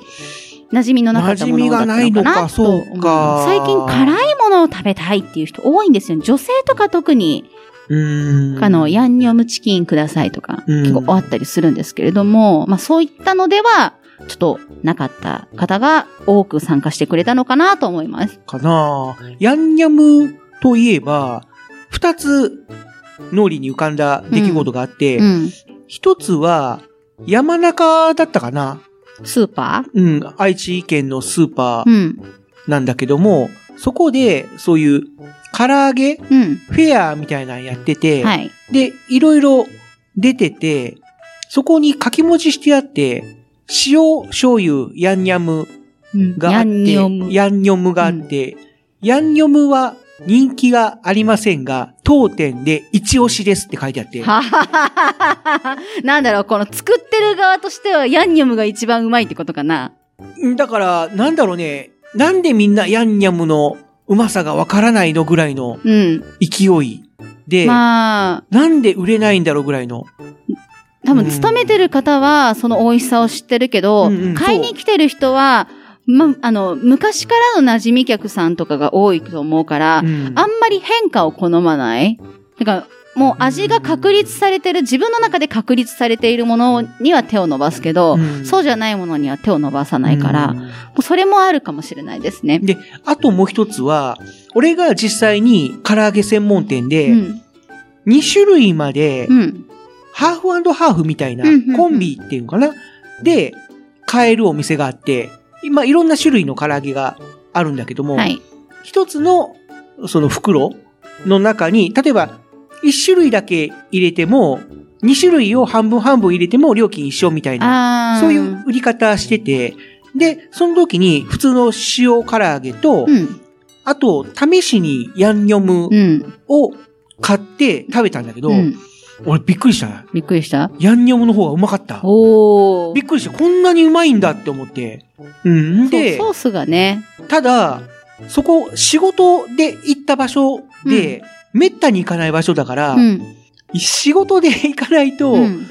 馴染みのなかったものだったのか
馴染みがないの
な
か
と思う
そうか
最近辛いものを食べたいっていう人多いんですよ。女性とか特に、
うーん。
あの、ヤンニョムチキンくださいとか、
うん
結構あったりするんですけれども、まあそういったのでは、ちょっとなかった方が多く参加してくれたのかなと思います。
かなヤンニャムといえば、二つ脳裏に浮かんだ出来事があって
う、ん。
一、つは山中だったかな
スーパ
うん、愛知県のスー
ー
パ
う
ー
ん。
なんだけども、そこでそういう唐揚げフ
うん。
ェアみたいなのやってて、
はい。
で、いろいろ出てて、そこに書き文字してあって、塩、醤油、ヤンニャム
うん
があ
ヤ
って、
ンニョム。
ヤンニョムがあって、ヤンニョムは人気がありませんが、当店で一押しですって書いてあって、
はははは なんだろう、この作ってる側としては、ヤンニョムが一番うまいってことかな。
だから、なんだろうね、なんでみんなヤンニャムのうまさがわからないのぐらいの
うん。
勢いで、
まあ、
なんで売れないんだろうぐらいの。
多
う
分
ん
勤めてる方は、その美味しさを知ってるけど、
うんうん
買いに来てる人は、ま、あの、昔からの馴染み客さんとかが多いと思うから、
うん
あんまり変化を好まない。だから、もう味が確立されてる、自分の中で確立されているものには手を伸ばすけど、
うん
そうじゃないものには手を伸ばさないから、
う
も
ん
うそれもあるかもしれないですね。
で、あともう一つは、俺が実際に唐揚げ専門店で、
うん。
2種類まで、
うん。
ハーフハーフみたいな
うんうんうん
コンビっていうのかな、で、買えるお店があって、今いろんな種類の唐揚げがあるんだけども、
はい。
一つのその袋の中に、例えば1種類だけ入れても、2種類を半分半分入れても料金一緒みたいな
ああ。
そういう。売り方してて、で、その時に普通の塩唐揚げと、
うん。
あと、試しにヤンニョム
うん。
を買って食べたんだけど、
うん。
俺びっくりした。
びっくりした
ヤンニョムの方がうまかった。
おお
び。っくりした。こんなにうまいんだって思って。うん。
そ
で、
うソースがね。
ただ、そこ、仕事で行った場所で、めったに行かない場所だから、
うん。
仕事で行かないと
う、ん。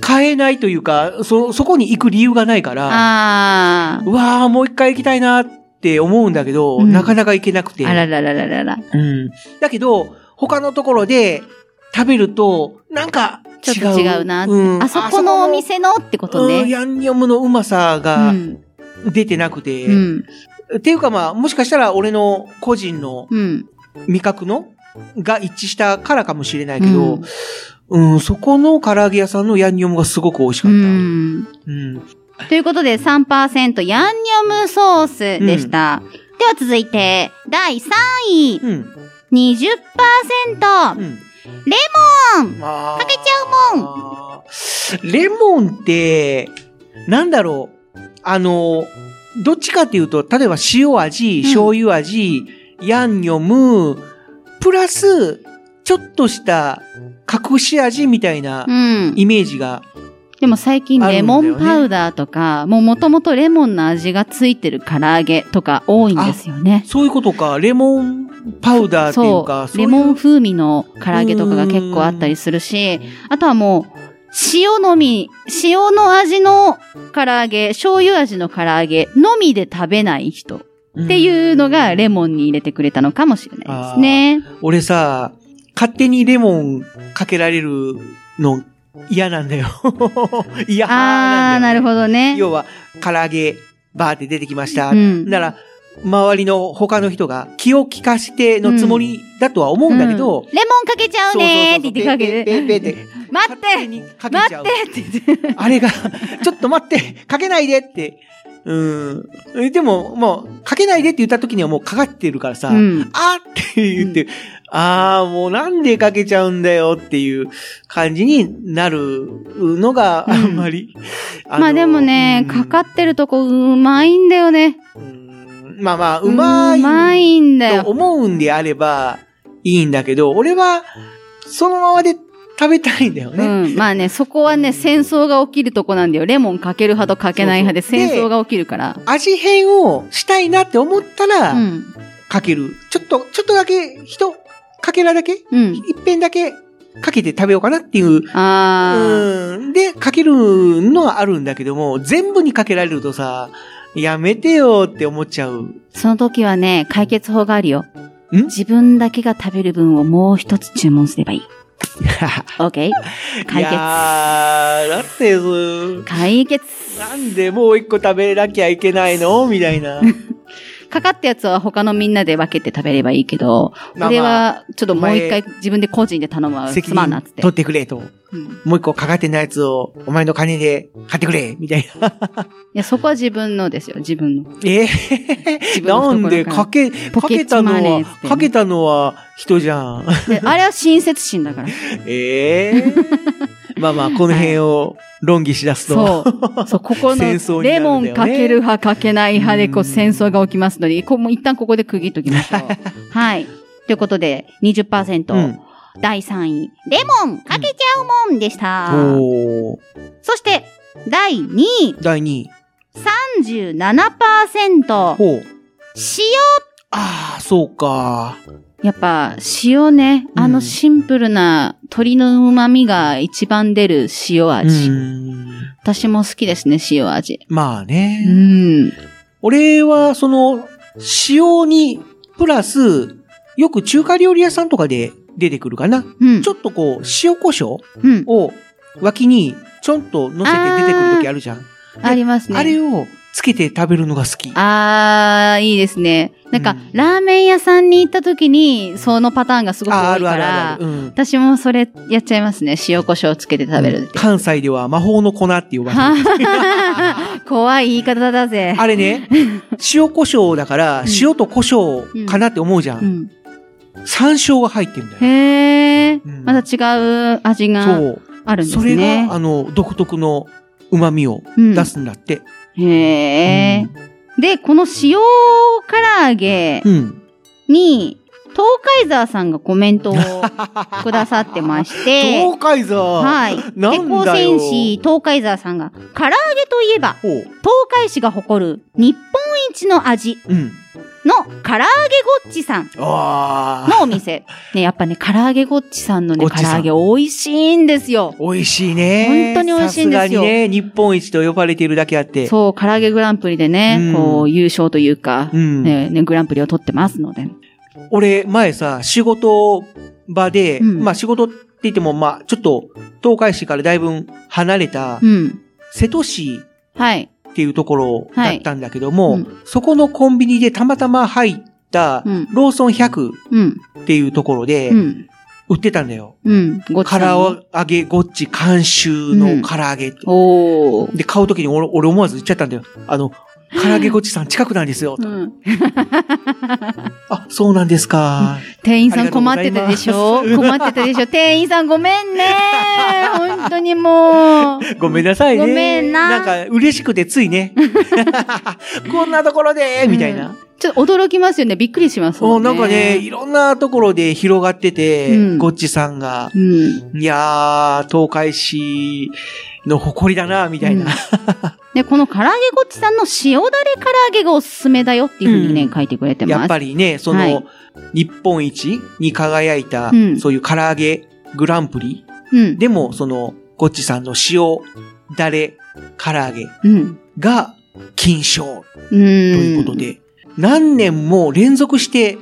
買えないというか、そ、そこに行く理由がないから、
あ
うわーもう一回行きたいなって思うんだけど、
うん
なかなか行けなくて。
あ。あらららららら。
うん。だけど、他のところで食べると、なんか違う。
ちょっと違うなって
うん
あそこのお店のってこ
あそことのうん
ね。
ヤンニョムのうまさ
う
が
ん。
出てなくて。
うん。
っていうかまあ、もしかしたら俺の個人の
うん。
味覚のが一致したからかもしれないけ
う
ど
ん、
うん、そこの唐揚げ屋さんのヤンニョムがすごく美味しか
う
った。
ん。
うん
ということで3%ヤンニョムソースでした。では続いて、第3位。
うん。
20%。
うん。
レモン
か
かけちゃうもん
もんレモンって、なんだろう。あの、どっちかっていうと、例えば塩味、醤油味、ヤンニョム、プラス、ちょっとした隠し味みたいな
うん。
イメージが。
でも最近レモンパウダーとか、もうもともとレモンの味がついてる唐揚げとか多いんですよね。
そういうことか、レモンパウダーっていうか、そうい
レ
う
モン風味の唐揚げとかが結構あったりするし、あとはもう、塩のみ、塩の味の唐揚げ、醤油味の唐揚げのみで食べない人っ
うん
ていうのがレモンに入れてくれたのかもしれないですね。
俺さ、勝手にレモンかけられるの嫌なんだよ。 嫌
あー、
んだ
な
よ
るほどね。
要は、唐揚げ、バーって出てきました。
うん
なら、周りの他の人が気を利かしてのつもりだとは思うんだけど、
うんレモンかけちゃうねーって言ってかけ
ペ
て、
ーペーペーペーペー
待っ
勝手
て
にかけ
待
ちゃ
っ
う。
てって言って。
あれが、 ちょっと待って、かけないでって。うん。えでも、もう、かけないでって言った時にはもうかかってるからさ、
うん。
あーって言って、ああ、もうなんでかけちゃうんだよっていう感じになるのがあんまり。の
まあでもね、
うん
かかってるとこうまいんだよね。
うーんまあまあ、うまい。
うまいんだ
と
よ。
思うんであればいいんだけど、俺はそのままで食べたいんだよ
う
ね。
ん。まあね、そこはね、戦争が起きるとこなんだよ。レモンかける派とかけない派で
そうそう
戦争が起きるから。
味変をしたいなって思った
う
ら、
ん。
かける。ちょっと、ちょっとだけ、ひと、かけらだけ
うん。
一遍だけかけて食べようかなっていう。
あ
うん。で、かけるのはあるんだけども、全部にかけられるとさ、やめてよって思っちゃう。
ー。その時はね、解決法があるよ。
ん
自分だけが食べる分をもう一つ注文すればいい。OK?
い
解
やー、
決。
だって、そう
解決。
なんでもう一個食べなきゃいけないのみた いな。
かかったやつは他のみんなで分けて食べればいいけど、
まあまあ
俺はちょっともう一
お前
回自分で個人で頼むわ。
責
すまんな
任
っつって
取。ってくれと。
うん
もう一個かかってないやつを、お前の金で買ってくれみたいな。
いや、そこは自分のですよ、自分の。
え
自分
な
の
ん
懐
で
から
かけ、
ポ
か
ケ
け
ッ
た
ト
の
マネーっ
は
つって、ね
かけたのは人じゃ ん。
であれは親切心 だから。
ええまあまあ、この辺を論議しだすと。
そう。そう、ここ
戦争
の、
にな
レ
るんだよ
モ
ね
ンかける派かけない派で、こう、
うん
戦争が起きますので、こうもう一旦ここで区切っときましょう。はい。ということで、20%、
うん
第3位、レモンかけちゃうもんでした。
おー
そして、第2位、
第2位。
37%、
ほ
塩
う。ああ、そうか。
やっぱ、塩ね、あ
う
の
ん
シンプルな鶏の旨味が一番出る塩
う
味。
ん。
私も好きですね、塩味。
まあ
う
ね。
ん。
俺は、その、塩に、プラス、よく中華料理屋さんとかで出てくるかな。
うん
ち。ょっとこう、塩胡椒
うん。
を脇にちょんと乗せて出てくる時あるじゃん。
ありますね。
あれをつけて食べるのが好き。
あー、いいですね。なんか、
うん
ラーメン屋さんに行った時に、そのパターンがすごく
あ
多
あ
い
るあ
か
るあ
ら、
るある。うん。
私もそれやっちゃいますね。塩胡椒つけて食べるって。
関西では魔法の粉って呼ばれてる。
怖い言い方だぜ。
あ れね、塩胡椒だから
うん、
塩と胡椒かなって思うじゃ。
うんん。
山椒が入ってるんだよ。
へー。
うん
また違う味が
そう。
あるんです
それ
ね
が、。あの、独特の旨味を
うん
出すんだって。
へえ、で、この塩唐揚げ
うん。
に、東海沢さんがコメントをくださってまして、
東海座
はい。
な
で、
ん
高
だよ
専市東海沢さんが、唐揚げといえば、
ほう。
東海市が誇る日本一の味
うん。
の唐揚げごっちさん
ああ。
のお店。ね、やっぱね、唐揚げごっちさんのね、
ごっ
唐
ちさ
揚
ん
げ美味しいんですよ。
美味しいね。
本当に美味しいんですよ
さすがにね、日本一と呼ばれているだけあって。
そう、唐揚げグランプリでね、
うん
こう、優勝というか、
うん。
ね、ね、グランプリを取ってますので。
俺、前さ、仕事場で、
うん
まあ仕事って言っても、まあちょっと、東海市からだいぶ離れた
う、ん。
瀬戸市
はい。
っていうところだったんだけども、
はい
そこのコンビニでたまたま入った
うん、
ローソン100
うん。
っていうところで
う、ん。
売ってたんだよ。
うん。ごっちさ
唐
んの。
揚げ、ごっち、監修の唐揚げって。
おー。
で、買うときに俺俺思わず言っちゃったんだよ。あ の、唐揚げごっちさん近くなんですよ。
うん、
あ、そうなんですか。
店員さん困ってたでしょ
ありがとうござ
困
います
ってたでしょ店員さんごめ んね本当にもう。
ごめんなさいね。
ごめんな
なんか嬉しくてつ いね。こんなところでみたいな。
ちょっと驚きますよね。びっくりします
も
も
うんなんかね、いろんなところで広がってて、
うん
ゴッチさんが
う、ん。
いやー、東海市の誇りだな、みたいな。
で、この唐揚げごっちさんの塩だれ唐揚げがおすすめだよっていうふうにね、
うん
書いてくれてます。
やっぱりね、その、
はい
日本一に輝いた、
うん
そういう唐揚げグランプリ。
うん。
でも、その、ゴッチさんの塩、だれ、唐揚げ
うん。
が金賞
う
と
ん。
いうことで、何年も連続して、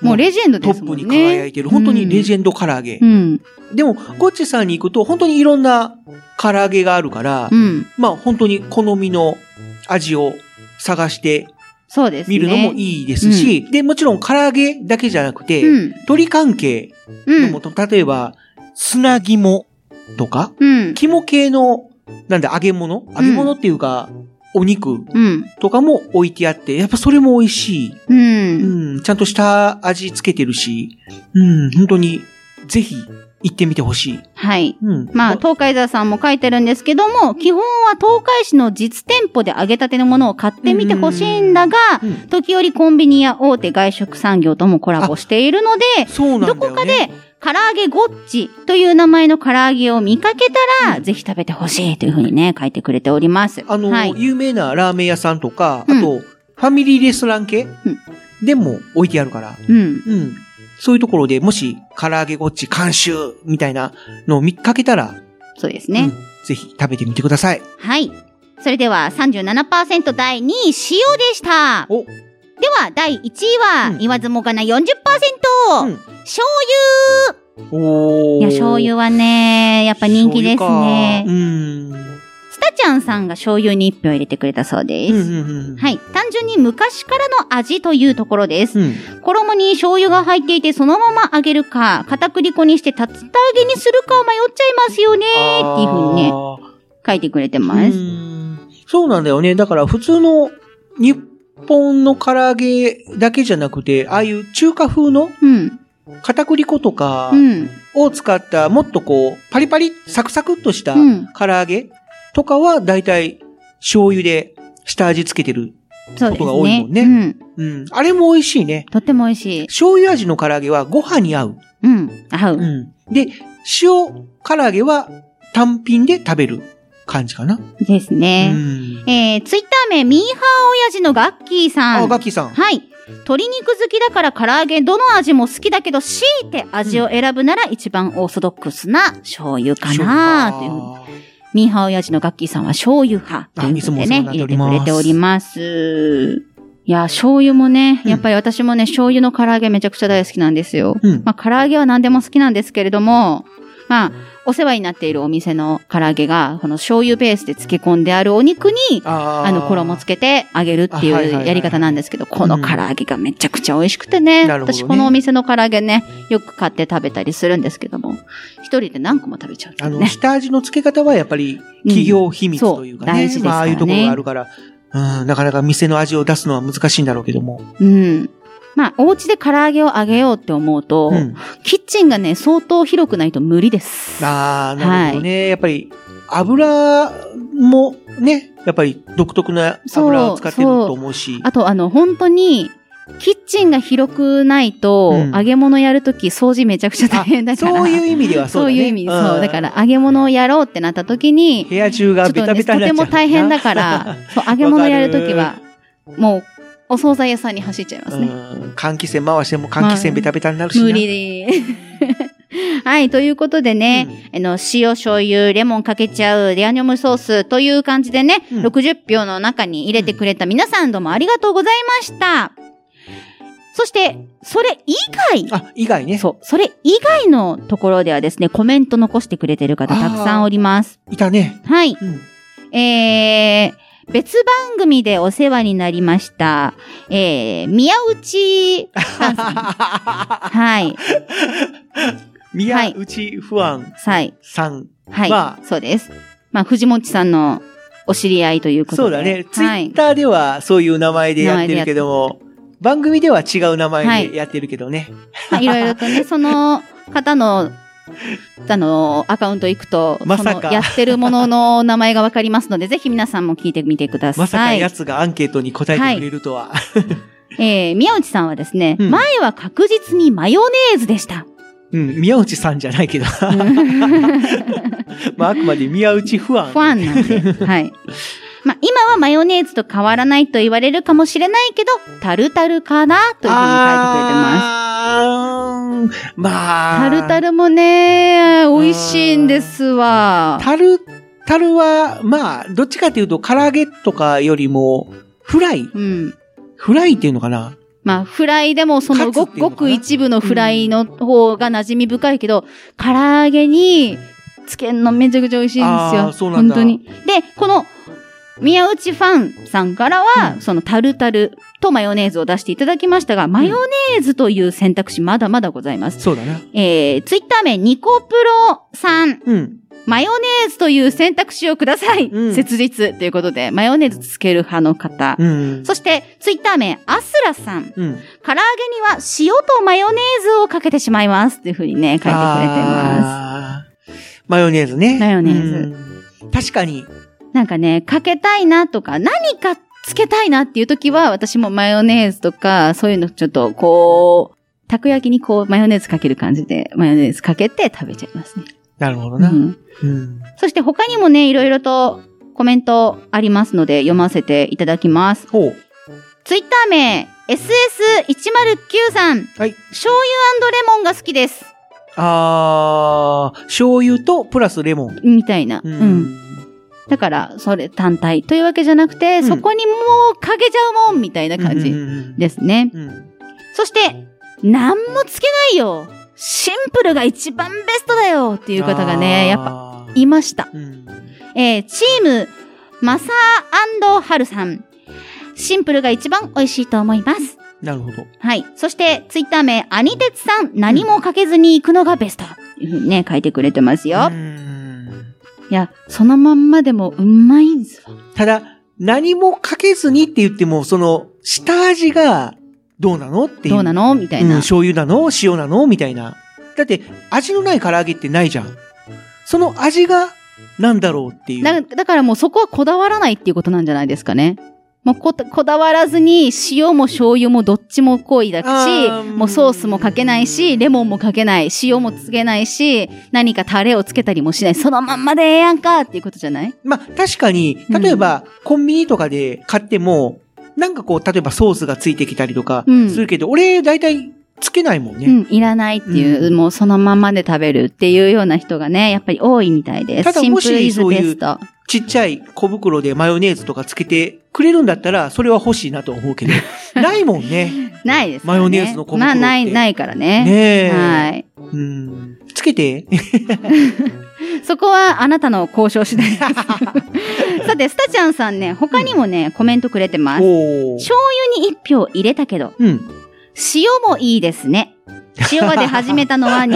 もうレジェンド
ト
です
ッ
も
プ
んね。
に輝いてる、本当にレジェンド唐揚げ。
うん。
でも、ゴッチさんに行くと、本当にいろんな唐揚げがあるから、
うん。
まあ本当に好みの味を探して
そうですね。
みるのも
い。
いいですし、で、もちろん唐揚げだけじゃなくて、
うん。
鳥関係
う
の
ん
も。と、例えば、砂肝とか、
うん。
肝系の、なんだ、揚げ物揚げ物っていうか、お肉
うん。
とかも置いてあって、やっぱそれも美味しい。
うん。
うん、ちゃんとした味つけてるし、うん、本当に、ぜひ行ってみてほしい。
はい。
うん。
まあ、東海座さんも書いてるんですけども、基本は東海市の実店舗で揚げたてのものを買ってみてほしいんだが、
うん
時折コンビニや大手外食産業ともコラボしているので、
そうな
ど
ん
こ
だよ
か
ね。
で、唐揚げごっちという名前の唐揚げを見かけたら、ぜひ食べてほしいというふうにね、書いてくれております。
あの、
はい。
有名なラーメン屋さんとか、
うん
あと、ファミリーレストラン系、でも置いてあるから、
うん。
うん。そういうところで、もし、唐揚げごっち監修みたいなのを見かけたら、
そうですね。
うんぜひ食べてみてください。
はい。それでは37%第2位、塩でした。
お
では、第1位は、
うん
言わずもがな40%、
うん
醤油
おー
いや、醤油はね、やっぱ人気ですね
醤。油か
スタちゃんさんが醤油に1票入れてくれたそうで
う
す。
ん。うんうんうん。。
はいい。単純に昔からの味というところです。
うん。
衣に醤油が入っていてそのまま揚げるか、片栗粉にして竜田揚げにするか迷っちゃいますよねっていうふうにね、
あー
書いてくれてます。
うんそうなんだよね。だから普通の日本の唐揚げだけじゃなくて、ああいう中華風の
うん。
片栗粉とか
うん。
を使った、もっとこう、パリパリ、サクサクっとした
うん
唐揚げとかは、だいたい醤油で下味つけてる。
そう
こ
で
とが
す
多
ね
いも。んね
うん。
うん。あれも美味しいね。
とっても美味しい。
醤油味の唐揚げはご飯に合う。
うん。合う。
うん。で、塩唐揚げは単品で食べる感じかな。
です
う
ね。
ん。
えー、ツイッター名、ミーハー親父のガッキーさ
あ、
ん。
ガッキーさん。
はい。鶏肉好きだから唐揚げ、どの味も好きだけど、強いて味を選ぶなら一番オーソドックスな醤油かなというふうに
あ
ミーハー親父のガッキーさんは醤油派ということでね、
あ
入れ
いつもお世
てく
話にな
れ
って
て
お
お
り
ります。いや、醤油もね、
うん
やっぱり私もね、醤油の唐揚げめちゃくちゃ大好きなんですよ。
うん。
まあ、唐揚げは何でも好きなんですけれども、まあ、お世話になっているお店の唐揚げが、この醤油ベースで漬け込んであるお肉に、
あー
あの、衣つけて揚げるってい
あはいはいは
う
い
やり方なんですけど、この唐揚げがめちゃくちゃ美味しくてね、
なるほどね
私このお店の唐揚げね、よく買って食べたりするんですけども、一人で何個も食べちゃうってい
あ
う
の、
ね。
下味の付け方はやっぱり企業秘密というかね。
うんそう大事ですからね
まあ、ああいうところがあるから、うん、なかなか店の味を出すのは難しいんだろうけども。
うん。まあ、お家で唐揚げを揚げようって思うと、
うん。
キッチンがね、相当広くないと無理です。
ああ、なるほどね。やっぱり、油もね、やっぱり独特な油を使ってると思うし。
あと、あの、本当に、キッチンが広くないと、
うん
揚げ物やるとき掃除めちゃくちゃ大変だから。
そういう意味ではそ
そ
うだ
う
ね。
いう意味、
ん
そう。だから、揚げ物をやろうってなったときに、
部屋中
ちょ
が
っ
ベ
と
タ
ね、
ベタ
と
にな
て
っちゃうな。
も大変だ から、そう、揚げ物やるときは、もう、お惣菜屋さんに走っちゃいますね。
うん換気扇回しても換気扇ベタベタになるしな。
無理で。はい、ということでね、あの、塩、醤油、レモンかけちゃう、レアニョムソースという感じでね、
うん
60票の中に入れてくれた皆さんどうもありがとうございました。そして、それ以外、
あ、以外ね。
そう、それ以外のところではですね、コメント残してくれてる方たくさんおります。
いたね。
はい。
うん。
えー、別番組でお世話になりました、えー、宮内さんさ んはい、
宮内不安
はい、
さん。
はい、
ま
そうです。まあ、藤本さんのお知り合いということで。
そうだね。ツイ
は
ッ
い。
ターではそういう名前でやってるけども、番組では違う名前でやってるけどね。
まあいろいろと ね、その方の、あの、アカウント行くと、
まさか
そのやってるものの名前がわかりますので、ぜひ皆さんも聞いてみてください。
まさか奴がアンケートに答えてくれるとは。
えー、宮内さんはですね、
うん
前は確実にマヨネーズで した。
うん、宮内さんじゃない けど。まあ、あくまで宮内不安。
ファンなんで。 はい。まあ、今はマヨネーズと変わらないと言われるかもしれないけど、タルタルかなというふうに書いてくれてます。
あーま
タ
あ。
ルタルもね、美味しいんですわ。
タルタルは、まあ、どっちかというと、唐揚げとかよりも、フライ
うん。
フライっていうのかな
まあ、フライでもそのご
カツっていうの
ご
かな
く一部のフライの方が馴染み深いけど、唐揚げにつけんのめちゃくちゃ美味しいんです
あ
よ。
ーそうなんだ
本当に。で、この、宮内ファンさんからは、
うん
そのタルタルとマヨネーズを出していただきましたが、マヨネーズという選択肢まだまだございます。
そうだな。
えー、ツイッター名ニコプロさん。
うん。
マヨネーズという選択肢をください。
うん
切実ということで、マヨネーズつける派の方。
うん。
そして、ツイッター名、アスラさん。
うん。
唐揚げには塩とマヨネーズをかけてしまいます。っていうふうにね、書いてくれてま
ます。マヨネーズね。
マヨネーズ
ズ。確かに。
す。なんかね、かけたいなとか、何かつけたいなっていう時は、私もマヨネーズとか、そういうのちょっとこう、たこ焼きにこう、マヨネーズかける感じで、マヨネーズかけて食べちゃいますね。
なるほど
う
な。
ん
うん。
そして他にもね、いろいろとコメントありますので読ませていただきます。
ほう。
ツイッター名、 SS109 さん、
はい
醤油レモンが好きです。
あー、醤油とプラスレモン。
みたいな。うん。
うん。
だから、それ単体というわけじゃなくて、
うん
そこにもうかけちゃうもんみたいな感
う
じ
ん
ですね。
うんうん。
そして、何もつけないよシンプルが一番ベストだよって
て
いう方がね、やっぱ、
ぱ
いました。
うん。
えーチーム、マサーハルさん。シンプルが一番美味しいと思います。
なるほど。
はい。そして、ツイッター名、アニテツさん、何もかけずに行くのがベスト。いうふうにね、書いてくれてますよ。
うん
いや、そのまんまでもうまいんすわ。
ただ、何もかけずにって言っても、その、下味がどうなのっていう。
どうなのみたい
うん、
な。
醤油なの塩なのみたいな。だって、味のない唐揚げってないじゃん。その味が、なんだろうっていう。
だだからもうそこはこだわらないっていうことなんじゃないですかね。もうここだわらずに塩も醤油もどっちも濃いだ
あ
し、
ー
もうソースもかけないし、レモンもかけない、塩もつけないし、何かタレをつけたりもしない。そのまんまでええやんかっていうことじゃない
まあ、確かに、例えば、コンビニとかで買っても、なんかこう、例えばソースがついてきたりとか
うん
するけど、俺、だいたいつけないもん
う
ね。
ん、いらないっていう、
うん
もうそのまんまで食べるっていうような人がね、やっぱり多いみたいで
た
す。
だ
シン
も
プ
し
ルイズ
そう
ベ
いう
スト。
ちっちゃい小袋でマヨネーズとかつけてくれるんだったら、それは欲しいなと思う けど、ないもんね。
ないですから
マヨネーズの小袋
ま
って
あ、ない、ないからね。
ねえ。
はい。
うん。つけて。
そこはあなたの交渉次第です。 さて、スタちゃんさんね、他にもね、コメントくれてます。
おー
醤油に一票入れたけど、
うん。
塩もいいですね。塩場で始めたのは20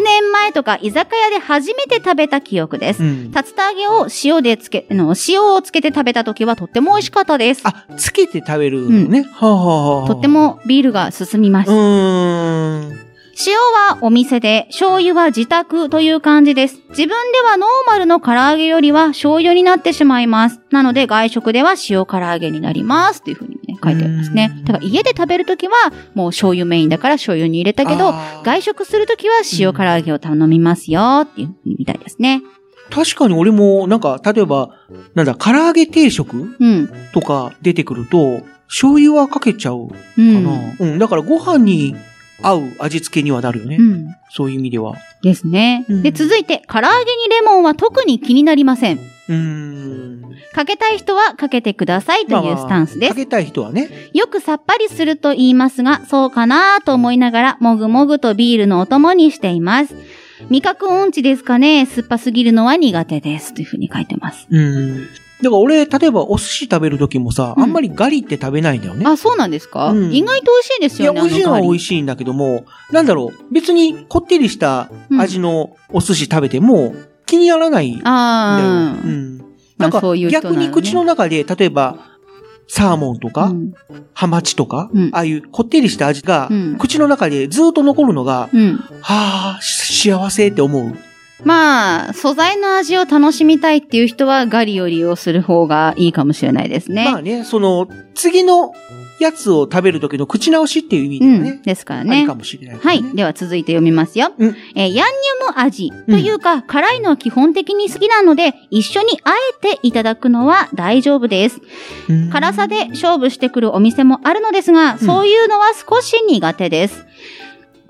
年前とか居酒屋で初めて食べた記憶です
う。
竜
ん。
田揚げを塩でつけ、あの、塩をつけて食べた時はとっても美味しかったです。
あ、つけて食べるのね。はあ、はあはあ、
とって。もビールが進みます
う。ーん。
塩はお店で、醤油は自宅という感じです。自分ではノーマルの唐揚げよりは醤油になってしまいます。なので外食では塩唐揚げになります。というふうにね、書いてありますね
う。ん
だから家で食べるときはもう醤油メインだから醤油に入れたけど、
あー
外食するときは塩唐揚げを頼みますよっていうみたいですね。
確かに俺も、なんか、例えば、なんだ、唐揚げ定食
うん。
とか出てくると、醤油はかけちゃうか
う
な。
ん。
うん。だからご飯に合う味付けにはなるよね。
うん。
そういう意味では。
ですね。
うん
で、続いて、唐揚げにレモンは特に気になりません。
うーん。
かけたい人はかけてくださいというスタンスです
か。けたい人はね。
よくさっぱりすると言いますが、そうかなと思いながら、もぐもぐとビールのお供にしています。味覚音痴ですかね酸っぱすぎるのは苦手です。というふうに書いてます。
うん。だから俺、例えばお寿司食べる時もさ、
うん
あんまりガリって食べないんだよね。
あ、そうなんですか、
うん
意外と美味しいです
いや、
よね。
美味しいのは美味
い。
しいんだけども、なんだろう、別にこってりした味のお寿司食べても気にならないんだよ。
あ
う
ー
ん。
ま
な
あ
んか、
そういう人な
逆
のね
に口の中で、例えば、サーモンとか、
うん。
ハマチとか、
うん
ああいうこってりした味が、
うん
口の中でずっと残るのが、
うん。
はあ、し幸せって思う。
まあ、素材の味を楽しみたいっていう人はガリを利用する方がいいかもしれないですね。
まあね、その、次のやつを食べる時の口直しっていう意味で
う
は
ん。
ね、
ですから
あり
ね
か。もしれない、ね。
はい。では続いて読みますよ。
うん
えーヤンニョム味というか、辛いのは基本的に好きなので、一緒にあえていただくのは大丈夫です。
うん
辛さで勝負してくるお店もあるのですが、そういうのは少し苦手です。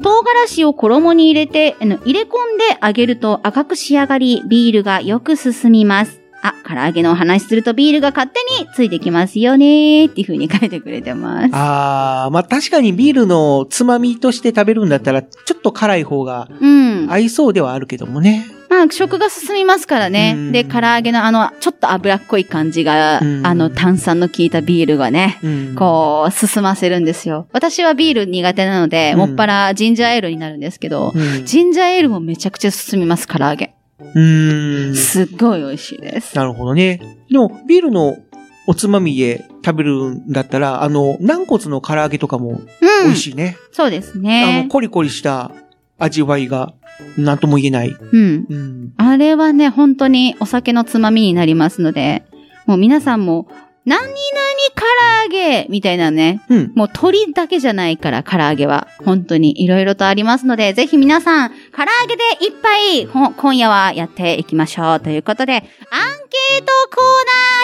唐辛子を衣に入れて、あの入れ込んで揚げると赤く仕上がり、ビールがよく進みます。あ、唐揚げのお話するとビールが勝手についてきますよねっていう風に書いてくれてます。
ああ、まあ確かにビールのつまみとして食べるんだったら、ちょっと辛い方が
うん。
合いそうではあるけどもね。
まあ、食が進みますから
う
ね。
ん
で、唐揚げのあの、ちょっと脂っこい感じが、
うん
あの、炭酸の効いたビールがね、
うん、
こう、進ませるんですよ。私はビール苦手なので、
うん
もっぱらジンジャーエールになるんですけど、
うん。
ジンジャーエールもめちゃくちゃ進みます、唐揚げ。
うん。
すっごい美味しいです。
なるほどね。でも、ビールのおつまみで食べるんだったら、あの、軟骨の唐揚げとかも
う
美
ん
味。しいね。
そうです
あの、
ね。
コリコリした味わいが、なんとも言えない。
うん。
うん。
あれはね、本当にお酒のつまみになりますので、もう皆さんも、何々唐揚げみたいなね、
うん。
もう鳥だけじゃないから、唐揚げは。本当にいろいろとありますので、ぜひ皆さん、唐揚げで一杯、ほ今夜はやっていきましょう。ということで、アンケートコーナ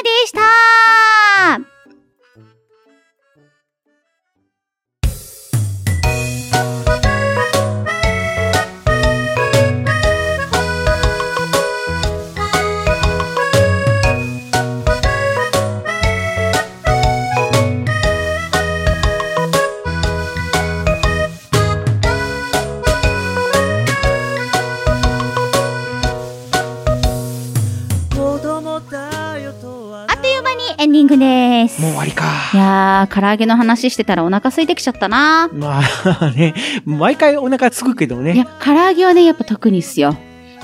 ーでした
もう終わり
い
か。
やー、唐揚げの話してたらお腹空いてきちゃったな。
まあね、毎回お腹つくけど
い
ね
や。、唐揚げはね、やっぱ特にっすよ。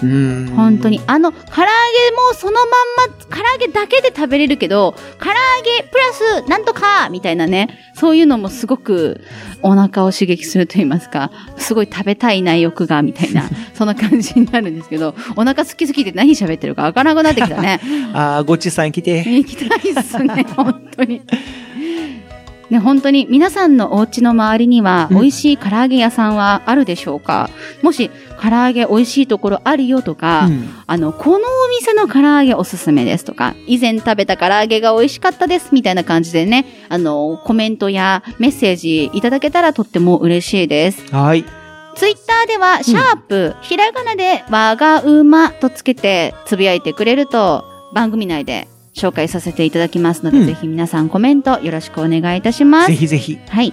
うん。
本当に。。あの、唐揚げもそのまんま、唐揚げだけで食べれるけど、唐揚げプラスなんとかみたいなね、そういうのもすごくお腹を刺激すると言いますか、すごい食べたいな欲が、みたい な、そんな感じになるんですけど、お腹好きすぎて何喋ってるかわからなくなってきた ね。
ああ、ごちさん来て。
行きたいっすね、本当に。ね、本当に皆さんのお家の周りには
うん
美味しい唐揚げ屋さんはあるでしょうか、もし唐揚げ美味しいところあるよとか、
うん
あの、このお店の唐揚げおすすめですとか、以前食べた唐揚げが美味しかったですみたいな感じでね、あの、コメントやメッセージいただけたらとっても嬉しいです。
はい。
ツイッターでは、シャープ、ひらがなで、わがうまとつけてつぶやいてくれると、番組内で紹介させていただきますので、
うん
ぜひ皆さんコメントよろしくお願いいたします
ぜ。ひぜひ。
はい。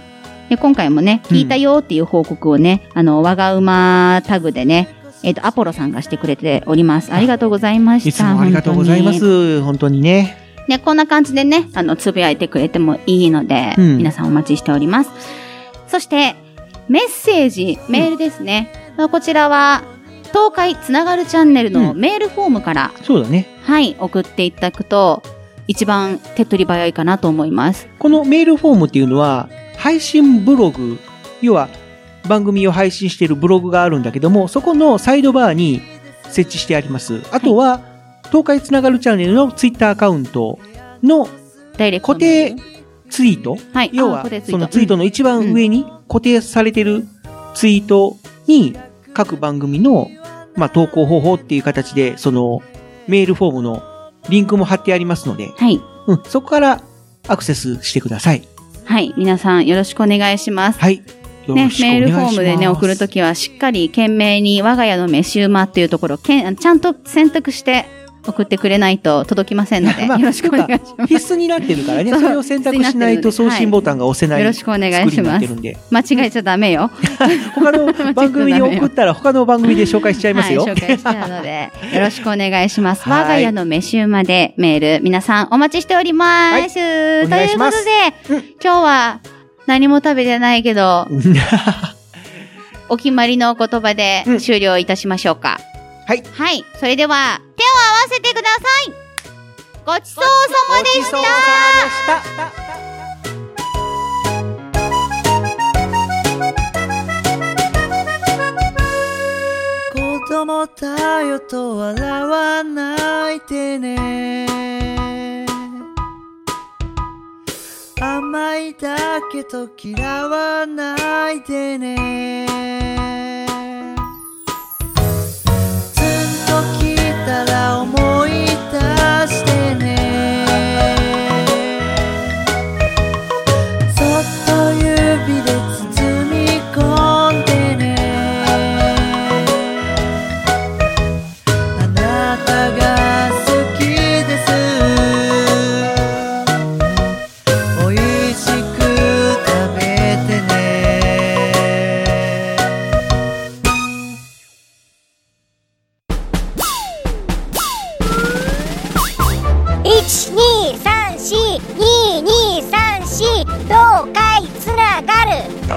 で今回もね、
うん
聞いたよっていう報告をね、あの、我が馬タグでね、えっ、と、アポロさんがしてくれております。ありがとうございました。
いつもありがとうございま
本
す。本当にね。
当に。ね、こんな感じでね、あの、つぶやいてくれてもいいので、
うん
皆さんお待ちしております。そして、メッセージ、メールですね。こちらは、東海つながるチャンネルの
う
メールフォームから、
そうだね。
はい、送っていただくと、一番手っ取り早いかなと思います。
このメールフォームっていうのは、配信ブログ、要は番組を配信しているブログがあるんだけども、そこのサイドバーに設置してあります。あとは、東海つながるチャンネルのツイッターアカウントの
ダイレクト
固
メール
定ツイート、
はい、
要
あ
は
固定ツイート
そのツイートの一番上に固定されてるツイートに各番組の、まあ、投稿方法っていう形で、そのメールフォームのリンクも貼ってありますので、
はい。
うん、そこからアクセスしてください。
はい、皆さんよろしくお願いします。
はい。よ
ね
ろし、くお願
メ
い
ール
します
フォームでね、送るときはしっかり懸命に我が家の飯馬っていうところをけん、ちゃんと選択して送ってくれないと届きませんので、
まあ
よろしくお願いしま
必須になってるからね、
そう
それを選択しないと送信ボタンが押せ
す。
ない。
よろしくお願いし
作りにな
ま
って
す
る。んで。
間違えちゃダメよ。
他の番組に送ったら、他の番組で紹介しちゃいま
は
す
い、
よ。
紹介しちゃうの で、よろしくお願いします。
はい
我が家の飯馬でメール、皆さんお待ちしております。
お願いします
ということで、今日は何も食べてないけ ど、お決まりのお言葉で
うん
終了いたしましょうか。
はい
はい。それでは、手を合わせてくださいごちそうさまでした
子供だよと笑わないでね甘いだけど嫌わないでねずっと聞いたら思い出してねそっと指で包み込んでねあなたが好きです美味しく食べてね
12342234東海つながる